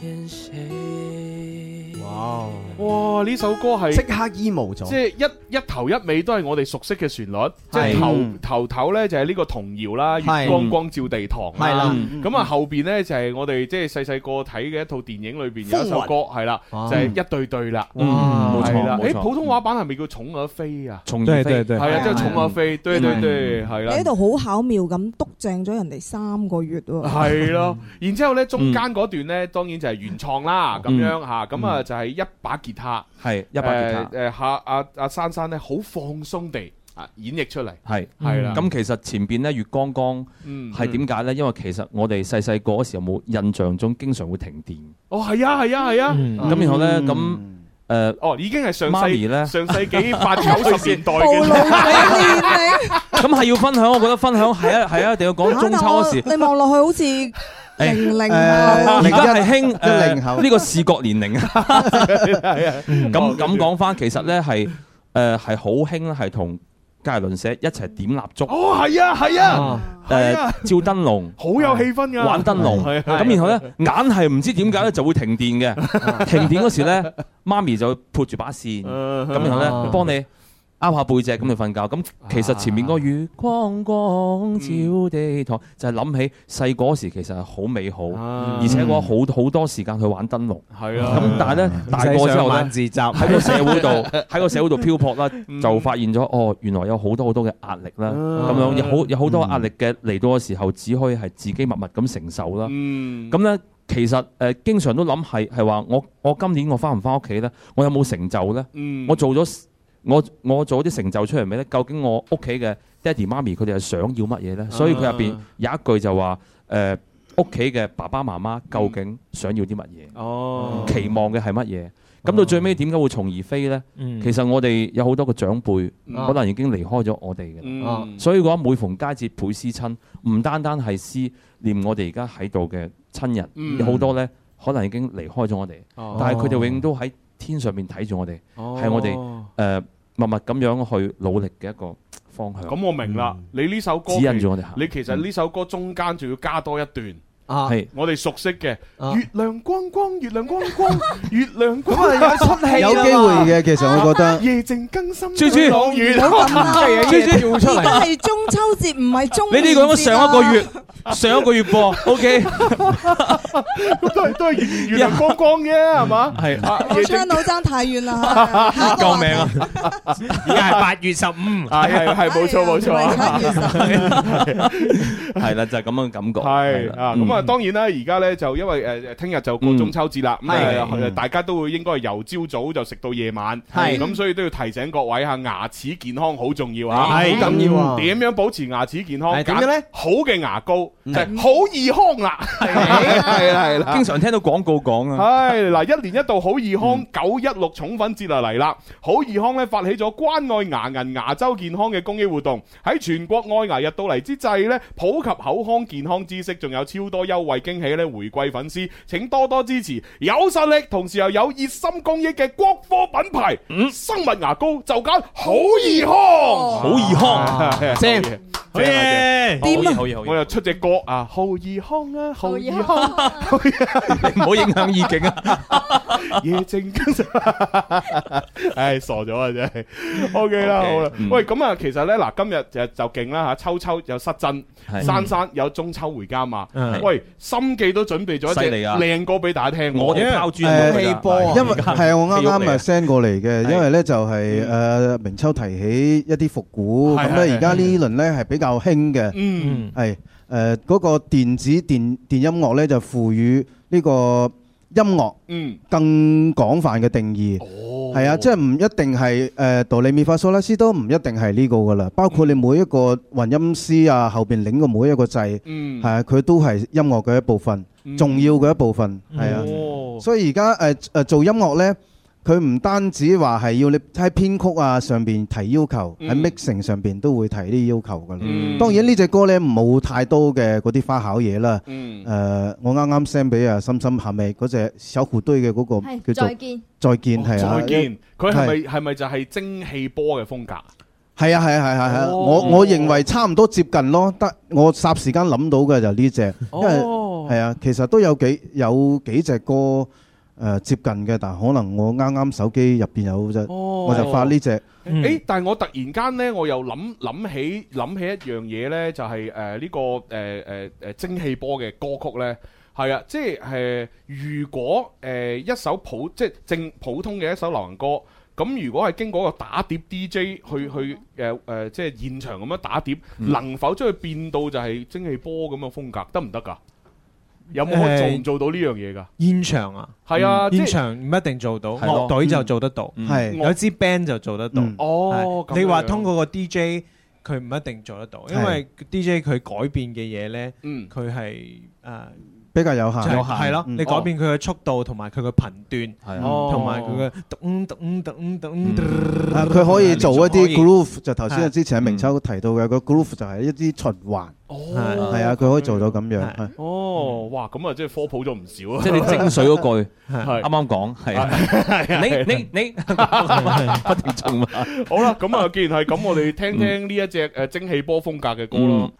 S18: 念谁？
S14: 哦
S11: 哇！
S8: 哇！呢首歌係
S11: 即刻 emo 咗，
S8: 即係一一頭一尾都係我哋熟悉嘅旋律，即係
S11: 係
S8: 頭
S11: 嗯
S8: 頭頭咧就係呢個童謠啦，
S11: 係
S8: 月光光照地堂
S11: 係啦
S8: 啦
S11: 嗯，
S8: 咁啊後邊咧就係我哋即係細細個睇嘅一套電影裏邊有一首
S12: 風雲
S8: 歌係啦，就係一對對啦，
S12: 嗯冇錯
S8: 係啦
S12: 冇錯
S8: 誒普通話版係咪叫寵兒飛啊？
S12: 寵兒飛對對對
S8: 係啊，即
S12: 係
S8: 係
S12: 啊嗯
S8: 寵兒飛，對對對，係
S17: 你
S8: 啦。
S17: 喺度好巧妙咁督正咗人哋三個月喎。
S8: 係咯，然之後咧中
S12: 嗯
S8: 間嗰段咧，當然就係原創啦，咁樣吓，咁啊就係一把吉他，
S12: 係一把吉他
S8: 誒誒，呃阿阿阿珊珊咧好放鬆地啊演繹出嚟，
S12: 係
S8: 係啦，
S12: 咁其實前邊咧月光光
S8: 嗯
S12: 係點解咧？因為其實我哋細細個嗰時候冇印象中經常會停電，
S8: 哦係啊係啊係啊，
S12: 嗯咁然後咧
S17: 嗯
S12: 咁誒
S8: 哦已經係上
S12: 媽咪
S8: 世
S12: 咧
S8: 上
S12: [LAUGHS]
S8: 世紀八九十年代
S17: 暴露
S8: 嘅。
S17: 你年
S12: 咁係要分享，我覺得分享
S17: [LAUGHS]
S12: 係啊係啊，一定要講
S17: 你，
S12: 中秋嗰時
S17: 啊但我。你望落去好似
S12: 誒
S17: 零零
S12: 而
S17: 後。
S12: 家係興呃
S14: 一零
S12: 誒呢個視覺年齡啊。
S8: 啊哦
S12: 咁咁講翻，其實咧係誒係好興咧，係同隔離鄰舍一齊點蠟燭。
S8: 哦係啊係啊，
S12: 誒照燈籠，
S8: 好有氣氛
S12: [LAUGHS]
S8: 㗎
S12: 玩燈
S8: 係
S12: 籠，
S8: 啊係
S12: 咁然後咧，硬係唔知點解咧就會停
S8: [LAUGHS]
S12: 電嘅。停電嗰時咧，媽咪就撥住把扇，
S8: 嗯啊
S12: 咁然後咧
S16: 嗯
S12: 幫你拗下背脊咁就瞓覺。咁其實前面嗰個月光光照地堂，就係諗起細個嗰時其實係好美好，
S8: 啊
S12: 而且我好好多時間去玩燈籠。
S8: 係啊
S12: 咁但係咧
S8: 唔
S12: 大
S8: 使
S12: 個之
S8: 上
S12: 後咧
S8: 晚自，習
S12: 喺個社會度喺個社會度漂泊啦，
S8: [LAUGHS] 嗯
S12: 就發現咗哦，原來有好多好多嘅壓力啦，咁樣有好有好
S8: 嗯
S12: 多壓力嘅嚟到嘅時候，只可以係自己默默咁承受啦。
S8: 嗯
S12: 咁咧，其實誒、呃、經常都諗係係話我我今年我翻唔翻屋企咧？我有冇成就咧？
S8: 嗯
S12: 我做咗我我做咗啲成就出嚟未咧？究竟我屋企嘅爹哋媽咪佢哋係想要乜嘢咧？所以佢入邊
S8: 啊
S12: 有一句就話誒屋企嘅爸爸媽媽究竟想要啲乜嘢？
S8: 哦 [LAUGHS]
S12: 期望嘅係乜嘢？咁到最尾點解會從而飛呢？
S8: 嗯
S12: 其實我哋有好多個長輩
S8: 嗯
S12: 可能已經離開咗我哋嘅啦
S8: 嗯，
S12: 所以嘅話每逢佳節倍思親，唔單單係思念我哋而家喺度嘅親人，
S16: 嗯
S12: 有好多呢可能已經離開咗我哋，
S16: 哦
S12: 但係佢哋永遠都喺天上面睇住我哋，
S8: 哦
S12: 係我哋誒默默咁樣去努力嘅一個方向。
S8: 咁我明啦，你呢首歌
S12: 嗯指引住
S8: 其
S12: 我哋行嗯
S8: 你其實呢首歌中間仲要加多一段。
S11: 啊
S12: 係
S8: 我哋熟悉嘅
S11: 啊
S8: 月亮光光，月亮光光，月亮光光。
S11: 咁啊有出戲
S14: 有機會嘅，其實我覺
S11: [LAUGHS]
S14: 得。
S8: 夜靜更深，
S12: 豬豬
S8: 朗月
S17: 唔好咁 [LAUGHS]
S12: 啊
S17: 啦，
S12: 豬豬
S17: 而家係中秋節，啊唔係中。
S12: 你呢個咁上一個月，上一個月播，OK，
S8: [LAUGHS] 都係都係月月亮光光嘅，係嘛？
S12: 係
S8: 啊
S17: 我
S8: 夜
S17: c h
S8: 靜
S17: a 爭太遠啦，
S12: [LAUGHS]
S17: 下一個話
S15: [LAUGHS]
S17: 題！
S16: 而家係八月十五，
S8: [LAUGHS] 啊
S15: 哎
S8: 係係係冇錯冇錯，
S12: 係啦，就係咁樣嘅感覺。
S8: 係啊，咁啊，
S12: 嗯
S8: 當然啦，而家咧就因為誒誒，聽日就過中秋節啦，咁
S12: 係
S8: 誒誒大家都會應該係由朝早就食到夜晚，
S12: 係
S8: 咁，所以都要提醒各位嚇牙齒健康好重要嚇，
S11: 係
S8: 咁
S11: 緊要啊
S8: 點樣保持牙齒健康？
S11: 係點樣呢
S8: 揀好嘅牙膏就係好易康啦，係啦係啦，
S12: 經常聽到廣告講啊。
S8: 係嗱，一年一度好易康九一六寵粉節就嚟啦！好易康咧發起咗關愛牙齦牙周健康嘅公益活動，喺全國愛牙日到嚟之際咧，普及口腔健康知識，仲有超多優惠驚喜咧回饋粉絲，請多多支持有實力同時又有熱心公益嘅國科品牌生物牙膏，就揀好易康，好
S12: 易
S8: [LAUGHS] 康，
S16: 正好
S12: 哎
S16: 嘢
S8: 好
S16: 掂啊
S8: 嘢好嘢，我又出隻歌啊，好易康啊，好易康啊。
S12: 你唔好影響意境啊！
S8: [LAUGHS] 夜正跟上，唉傻咗啊真係。O K 啦，好啦，喂咁啊，其實咧嗱，今日就就勁啦吓，秋秋有失真，
S12: 係
S8: 珊珊有中秋回家嘛
S12: 嗯。
S8: 喂，心記都準備咗一
S12: 犀
S8: 隻
S12: 利啊
S8: 靚歌俾大家聽喎。
S12: 我哋拋
S14: 誒
S12: 磚引玉啊㗎
S14: 因為係啊，我啱啱啊
S8: 啊
S14: send 過嚟嘅，因為咧就係誒明秋提起一啲復古，
S8: 係
S14: 咁咧
S8: 係
S14: 而家呢輪咧係比較興嘅，
S8: 嗯
S14: 係誒嗰個電子電電音樂咧就賦予呢個音樂
S8: 嗯哦
S14: 更廣泛嘅定義，係啊，即係唔一定係誒哆嚟咪發蘇拉斯都唔一定係呢個噶啦，包括你每一個混音師啊，後邊擰嘅每一個掣，
S8: 嗯
S14: 係啊，佢都係音樂嘅一部分
S8: 嗯，
S14: 重要嘅一部分，係啊。
S8: 哦
S14: 呃所以而家誒誒做音樂咧，佢唔單止話係要你喺編曲啊上邊提要求，喺
S15: 嗯
S14: mixing 上邊都會提啲要求噶啦。
S15: 嗯
S14: 當然呢只歌呢冇太多嘅嗰啲花巧嘢啦。
S15: 嗯
S14: 誒，我啱啱 send 俾阿心心係咪嗰隻小虎隊嘅嗰個叫做
S8: 再見
S14: 再見係啊
S8: 再見，佢係
S14: 係
S8: 咪係咪就係蒸汽波嘅風格？
S14: 係啊係啊係啊係啊！
S8: 哦
S14: 我我認為差唔多接近咯，得我霎時間諗到嘅就呢只，因為
S8: 哦
S14: 係啊，其實都有幾有幾隻歌誒、呃接近嘅，但可能我啱啱手機入邊有隻，
S8: 哦
S14: 我就發呢只。
S8: 誒，但係我突然間咧，我又諗諗起諗起一樣嘢咧，就係誒呢個呃誒誒誒蒸汽波嘅歌曲咧，係啊，即係誒、呃如果誒、呃一首普即係正普通嘅一首流行歌。咁如果係經過一個打碟 DJ 去去誒誒、呃即係現場咁樣打碟，
S15: 嗯
S8: 能否將佢變到就係蒸汽波咁嘅風格，得唔得㗎？有冇可做唔
S15: 誒
S8: 做到呢樣嘢㗎？
S15: 現場啊，
S8: 係啊
S15: 嗯
S8: 即
S15: 現
S8: 係
S15: 場唔一定做到，
S8: 係咯
S15: 樂隊就做得到，
S8: 嗯係
S15: 有支 band 就做得到。
S14: 嗯
S8: 哦
S15: 係
S8: 咁樣
S15: 你話通過個 DJ，佢唔一定做得到，因為 DJ 佢改變嘅嘢咧，
S8: 嗯
S15: 佢係誒。
S14: 比較有限
S15: 就係
S14: 有限
S15: 係咯，
S14: 嗯
S15: 你改變佢嘅速度同埋佢嘅頻段，
S14: 哦
S15: 同埋佢嘅咚咚咚咚咚
S14: 啊佢可以做一
S8: 嗯
S14: 啲
S15: 連續可以
S14: groove，就頭先
S15: 係
S14: 之前阿明秋提到嘅個 groove 就係一啲循環，
S8: 係
S14: 係啊，佢可以做到咁樣。係
S8: 哦，哇，咁啊，即係科普咗唔少啊！
S12: 即係你精髓嗰句，
S8: [LAUGHS] 係
S12: 啱啱講係啊
S8: [LAUGHS] 係
S12: 你你你不停重啊！
S8: 好啦，咁啊，既然係咁，我哋聽聽呢一隻誒蒸汽波風格嘅歌咯。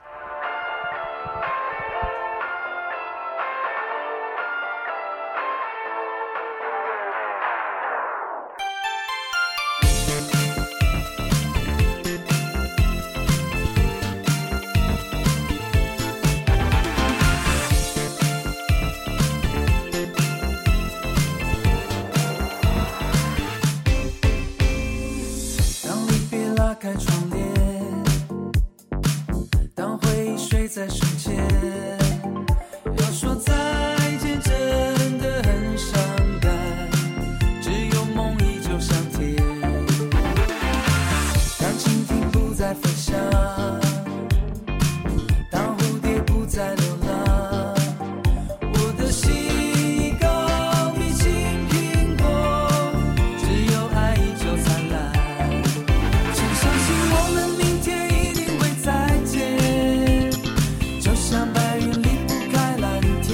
S3: 当你被拉开窗帘，当回忆睡在胸前，要说再见真的很伤感，只有梦依旧香甜。当蜻蜓不再飞翔，当蝴蝶不再流浪，我的心已高比青苹果。只有爱依旧灿烂，请相信我们明天一定会再见，就像白云离不开蓝天，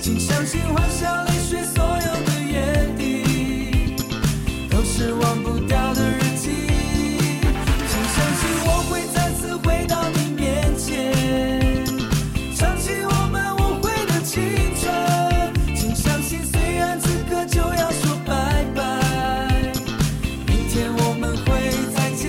S3: 请相信欢笑泪水所有的约定，都是忘不掉的日记，请相信我会再次回到你面前。想起我们无悔的青春，请相信，虽然此刻就要说拜拜，明天我们会再见。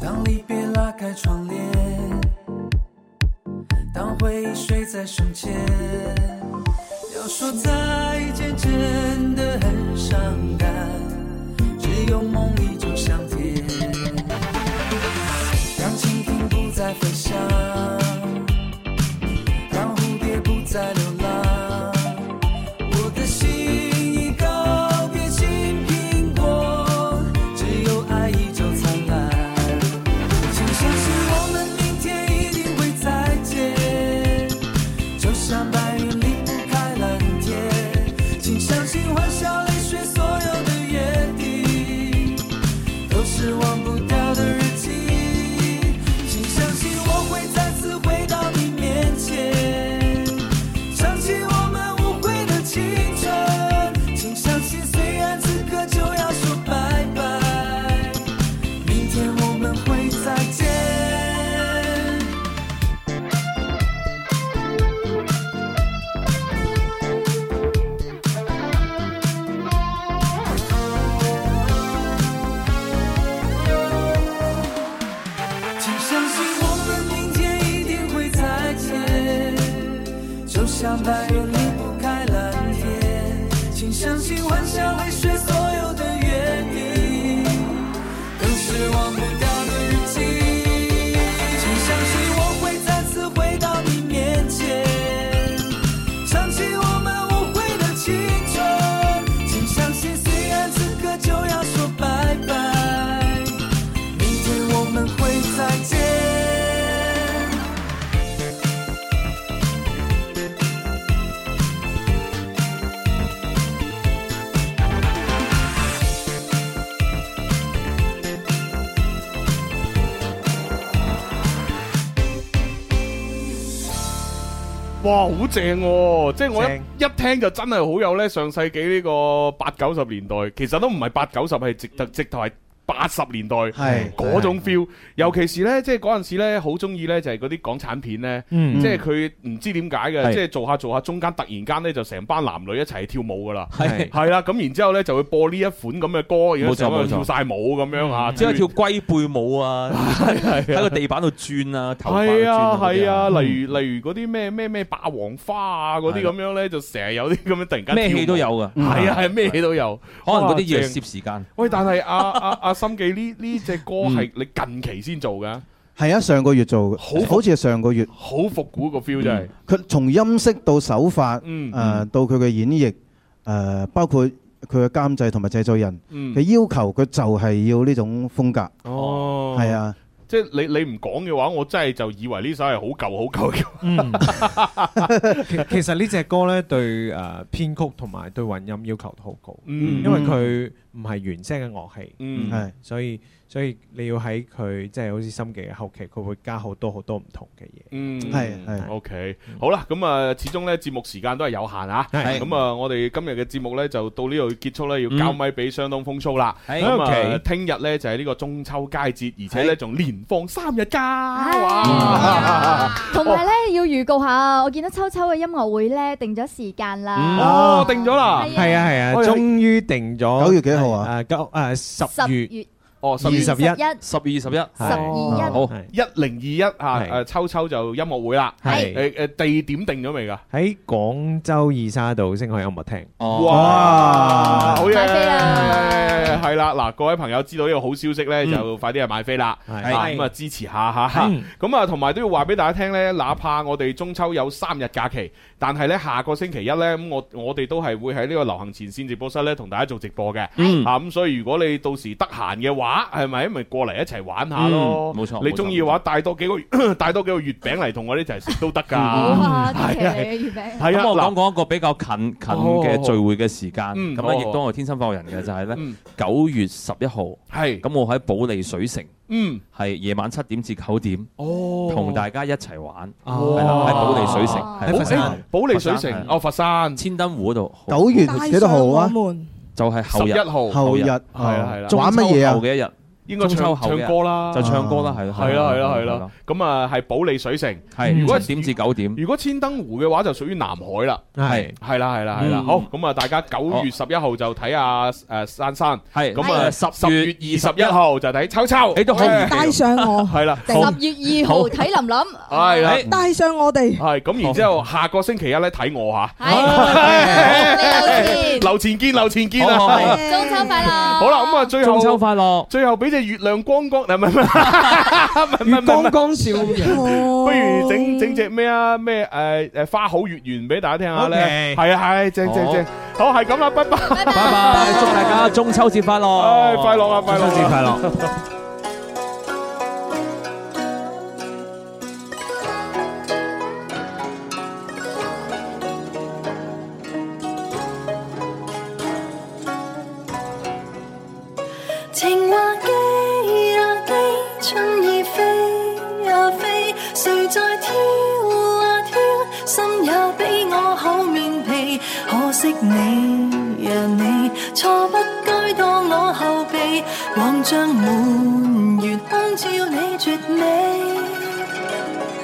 S3: 当离别拉开窗帘，当回忆睡在胸前，要说再见真的很伤感，只有梦依旧香甜。当蜻蜓不再飞翔，当蝴蝶不再流浪，我的心已告别青苹果，只有爱依旧灿烂。请相信我们明天一定会再见，就像白云离不开蓝天。请相信欢笑泪水所有的约定，都是忘不掉的日记。请相信我会再次回到你面前，想起我们无悔的青春。请相信虽然此刻就要说拜拜。明天我们会再见。请相信我们明天一定会再见，就像白云离不开蓝天。请相信欢笑泪水所有的约定。都是忘不掉的日记。请相信我会再次回到你面前，唱起我们无悔的青春。
S8: 哇，好正喎！即係我一
S15: 正
S8: 一聽就真係好有咧上世紀呢個八九十年代，其實都唔係八九十，係直頭直頭係。八十年代
S14: 係
S8: 嗰種 feel，尤其是呢，即係嗰陣時咧，好中意呢，就係嗰啲港產片呢，
S14: 嗯
S8: 即係佢唔知點解嘅，
S14: 係
S8: 即係做下做下，中間突然間呢，就成班男女一齊跳舞噶啦，
S12: 係
S8: 係啦，咁然之後呢，就會播呢一款咁嘅歌，
S12: 冇
S8: 然
S12: 錯
S8: 後成班
S12: 冇錯
S8: 人跳晒舞咁樣啊，
S12: 之後跳龜背舞啊，喺個地板度轉啊，嗯頭髮
S8: 係啊係
S12: 係
S8: 啊，例如例如嗰啲咩咩咩霸王花啊嗰啲咁樣咧，就成日有啲咁樣突然間
S12: 咩
S8: 跳舞
S12: 戲都有㗎嗯
S8: 係啊係咩戲都有，
S12: 可能嗰啲要
S8: 哇
S12: 係攝時間。嗯
S8: 喂，但係阿阿阿心記呢呢只歌係你近期先做㗎，
S14: 係啊，上個月做嘅，
S8: 好
S14: 好似係上個月。
S8: 好復古個 feel 真係。
S14: 佢從音色到手法，
S8: 嗯
S14: 誒、到佢嘅演繹，誒、呃包括佢嘅監製同埋製作人嘅、
S8: 嗯
S14: 要求，佢就係要呢種風格。
S12: 嗯
S8: 哦
S14: 係啊，
S8: 即係你你唔講嘅話，我真係就以為呢首係好舊好舊嘅。
S15: 其其實呢只歌咧對誒呃編曲同埋對混音要求都好高，
S8: 嗯
S15: 因為佢唔係原聲嘅樂器，
S8: 嗯
S14: 係
S15: 所以所以你要喺佢即係好似心記嘅後期，佢會加好多好多唔同嘅嘢。
S8: 嗯，
S15: 係係
S8: OK，好啦，咁啊，始終咧節目時間都係有限啊，
S15: 係
S8: 咁啊，我哋今日嘅節目咧就到呢度結束咧，要交咪俾相當風騷啦。
S12: 嗯係
S8: 咁
S12: OK
S8: 啊，聽日咧就係呢個中秋佳節，而且咧仲連放三日假，
S12: 啊
S9: 同埋咧要預告下，我見到秋秋嘅音樂會咧定咗時間啦。
S8: 哦，定咗啦，
S15: 啊係啊係啊，
S8: 喂
S15: 終於定咗九月幾號啊？誒九誒十
S9: 月
S15: 月
S8: 哦，
S15: 十二十一
S12: 十二十一，十
S15: 二一
S8: 好一零二一啊，誒秋秋就音樂會啦，
S15: 係
S8: 誒誒地點定咗未㗎？
S15: 喺廣州二沙島星海音樂廳。
S8: 哇！啊好嘢，
S15: 買飛
S8: 係啦，嗱，各位朋友知道呢個好消息
S12: 嗯
S8: 呢，就快啲去買飛啦，
S15: 係
S8: 啊咁啊支持下吓，咁啊同埋都要話俾大家聽呢，哪怕我哋中秋有三日假期，但係呢，下個星期一呢，咁我我哋都係會喺呢個流行前線直播室呢，同大家做直播嘅，
S12: 嗯
S8: 啊咁所以如果你到時得閒嘅話，係咪咪過嚟一齊玩下咯？
S12: 嗯冇錯
S8: 你中意嘅話帶多幾個 [CLEARS THROAT] 帶多幾個月餅嚟同我哋一齊食都得㗎，
S16: 嗯
S9: 哇，
S8: 係
S9: 奇
S8: 啊
S9: 嚟嘅月餅。
S8: 係啊
S12: 咁我
S8: 嗱
S12: 講講一個比較近近嘅聚會嘅時間，
S8: 哦嗯
S12: 咁咧
S8: 好
S12: 亦
S8: 好
S12: 都我天生發育人嘅就係咧
S8: 嗯
S12: 九月十一號，
S8: 係
S12: 咁我喺保利水城，
S8: 嗯，
S12: 係夜晚七點至九點，
S8: 哦
S12: 同大家一齊玩，
S8: 哇
S12: 係啦，喺保利水城，
S8: 哦
S20: 哦
S8: 喺佛山保利水城哦，佛山
S12: 千燈湖嗰度，
S14: 九月幾多號啊？
S12: 就係後日
S8: 11號
S14: 後日
S12: 係
S14: 哦
S12: 啦係啦，
S14: 玩乜嘢啊
S12: 中秋後嘅一日
S8: 應該
S12: 中秋
S8: 唱
S12: 後嘅
S8: 唱
S12: 一日
S8: 歌啦，
S12: 就唱歌啦，係啦，
S8: 係啦，係啦，係啦。，咁啊，係保利水城。
S12: 係
S8: 如果
S12: 七點至九點，
S8: 如果千燈湖嘅話，就屬於南海啦。
S12: 係
S8: 係啦，係啦，係啦。
S12: 嗯哦
S8: 好，咁啊，大家九月十一號就睇下誒珊珊。
S12: 係
S8: 咁啊，
S12: 係
S8: 十月二十一號就睇秋秋。你
S12: 都可以啊
S20: 帶上我。
S8: 係啦，
S20: 十
S9: 月二號睇林林，
S8: 係啦。
S20: 帶上我哋。
S8: 哎係咁，然之後下個星期一咧睇我吓。
S9: 係
S8: 留前見，留前見啊！
S12: 哎好好好
S9: 中秋快哦樂！
S8: 好啦，咁啊，最後
S12: 中秋快樂，
S8: 最後俾只月亮光光，唔 [LAUGHS] 係唔係，月光
S21: 光少爺，
S8: [LAUGHS] 不如
S20: 哦
S8: 整整只咩啊咩誒誒花好月圓俾大家聽下咧，
S12: OK
S8: 係啊係，正正
S12: 好
S8: 正，好係咁啦，拜拜，拜
S12: 拜，祝大家中秋節快
S8: 唉，
S12: 樂，
S8: 快樂啊，快樂，
S12: 中秋節快樂。
S22: 情話機呀機，春意飛呀飛，誰在挑啊挑，心也比我好面皮。可惜你呀你，錯不該當我後備，望像滿月光照你絕美。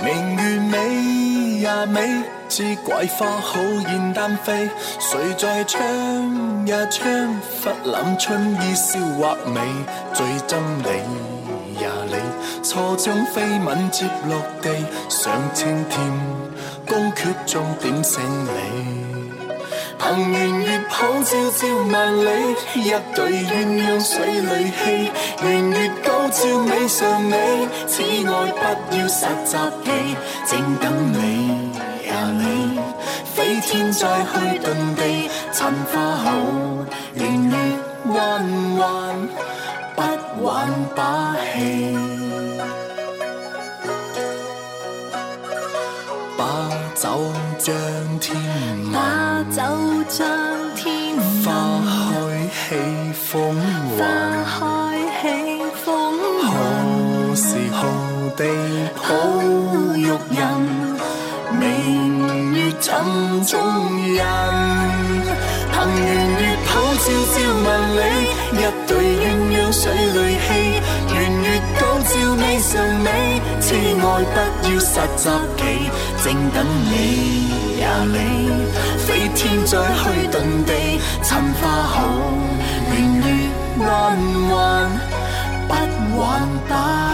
S3: 明月美呀美，知桂花好燕丹飛。誰在唱呀唱，忽覽春意笑或美。最憎你呀你，錯將飛吻接落地，上青天宮闕中點醒你。憑圓月抱照照萬里，一對鴛鴦水裏戲，圓月高照美上美，此愛不要實習期，正等你呀你，飛天再去遁地，尋花好，圓月彎彎，不玩把戲。把酒將天
S22: 把酒將天
S3: 花開起風
S22: 花
S3: 華，
S22: 開起風雲，
S3: 好時好地抱玉人，明沉重人。憑圓月普照照萬里，一對鸳鸯水裏戲，圓月高照美上美，痴愛不要實習期，正等你呀你，飛天再去遁地，尋花好，圓月安穩，不玩打。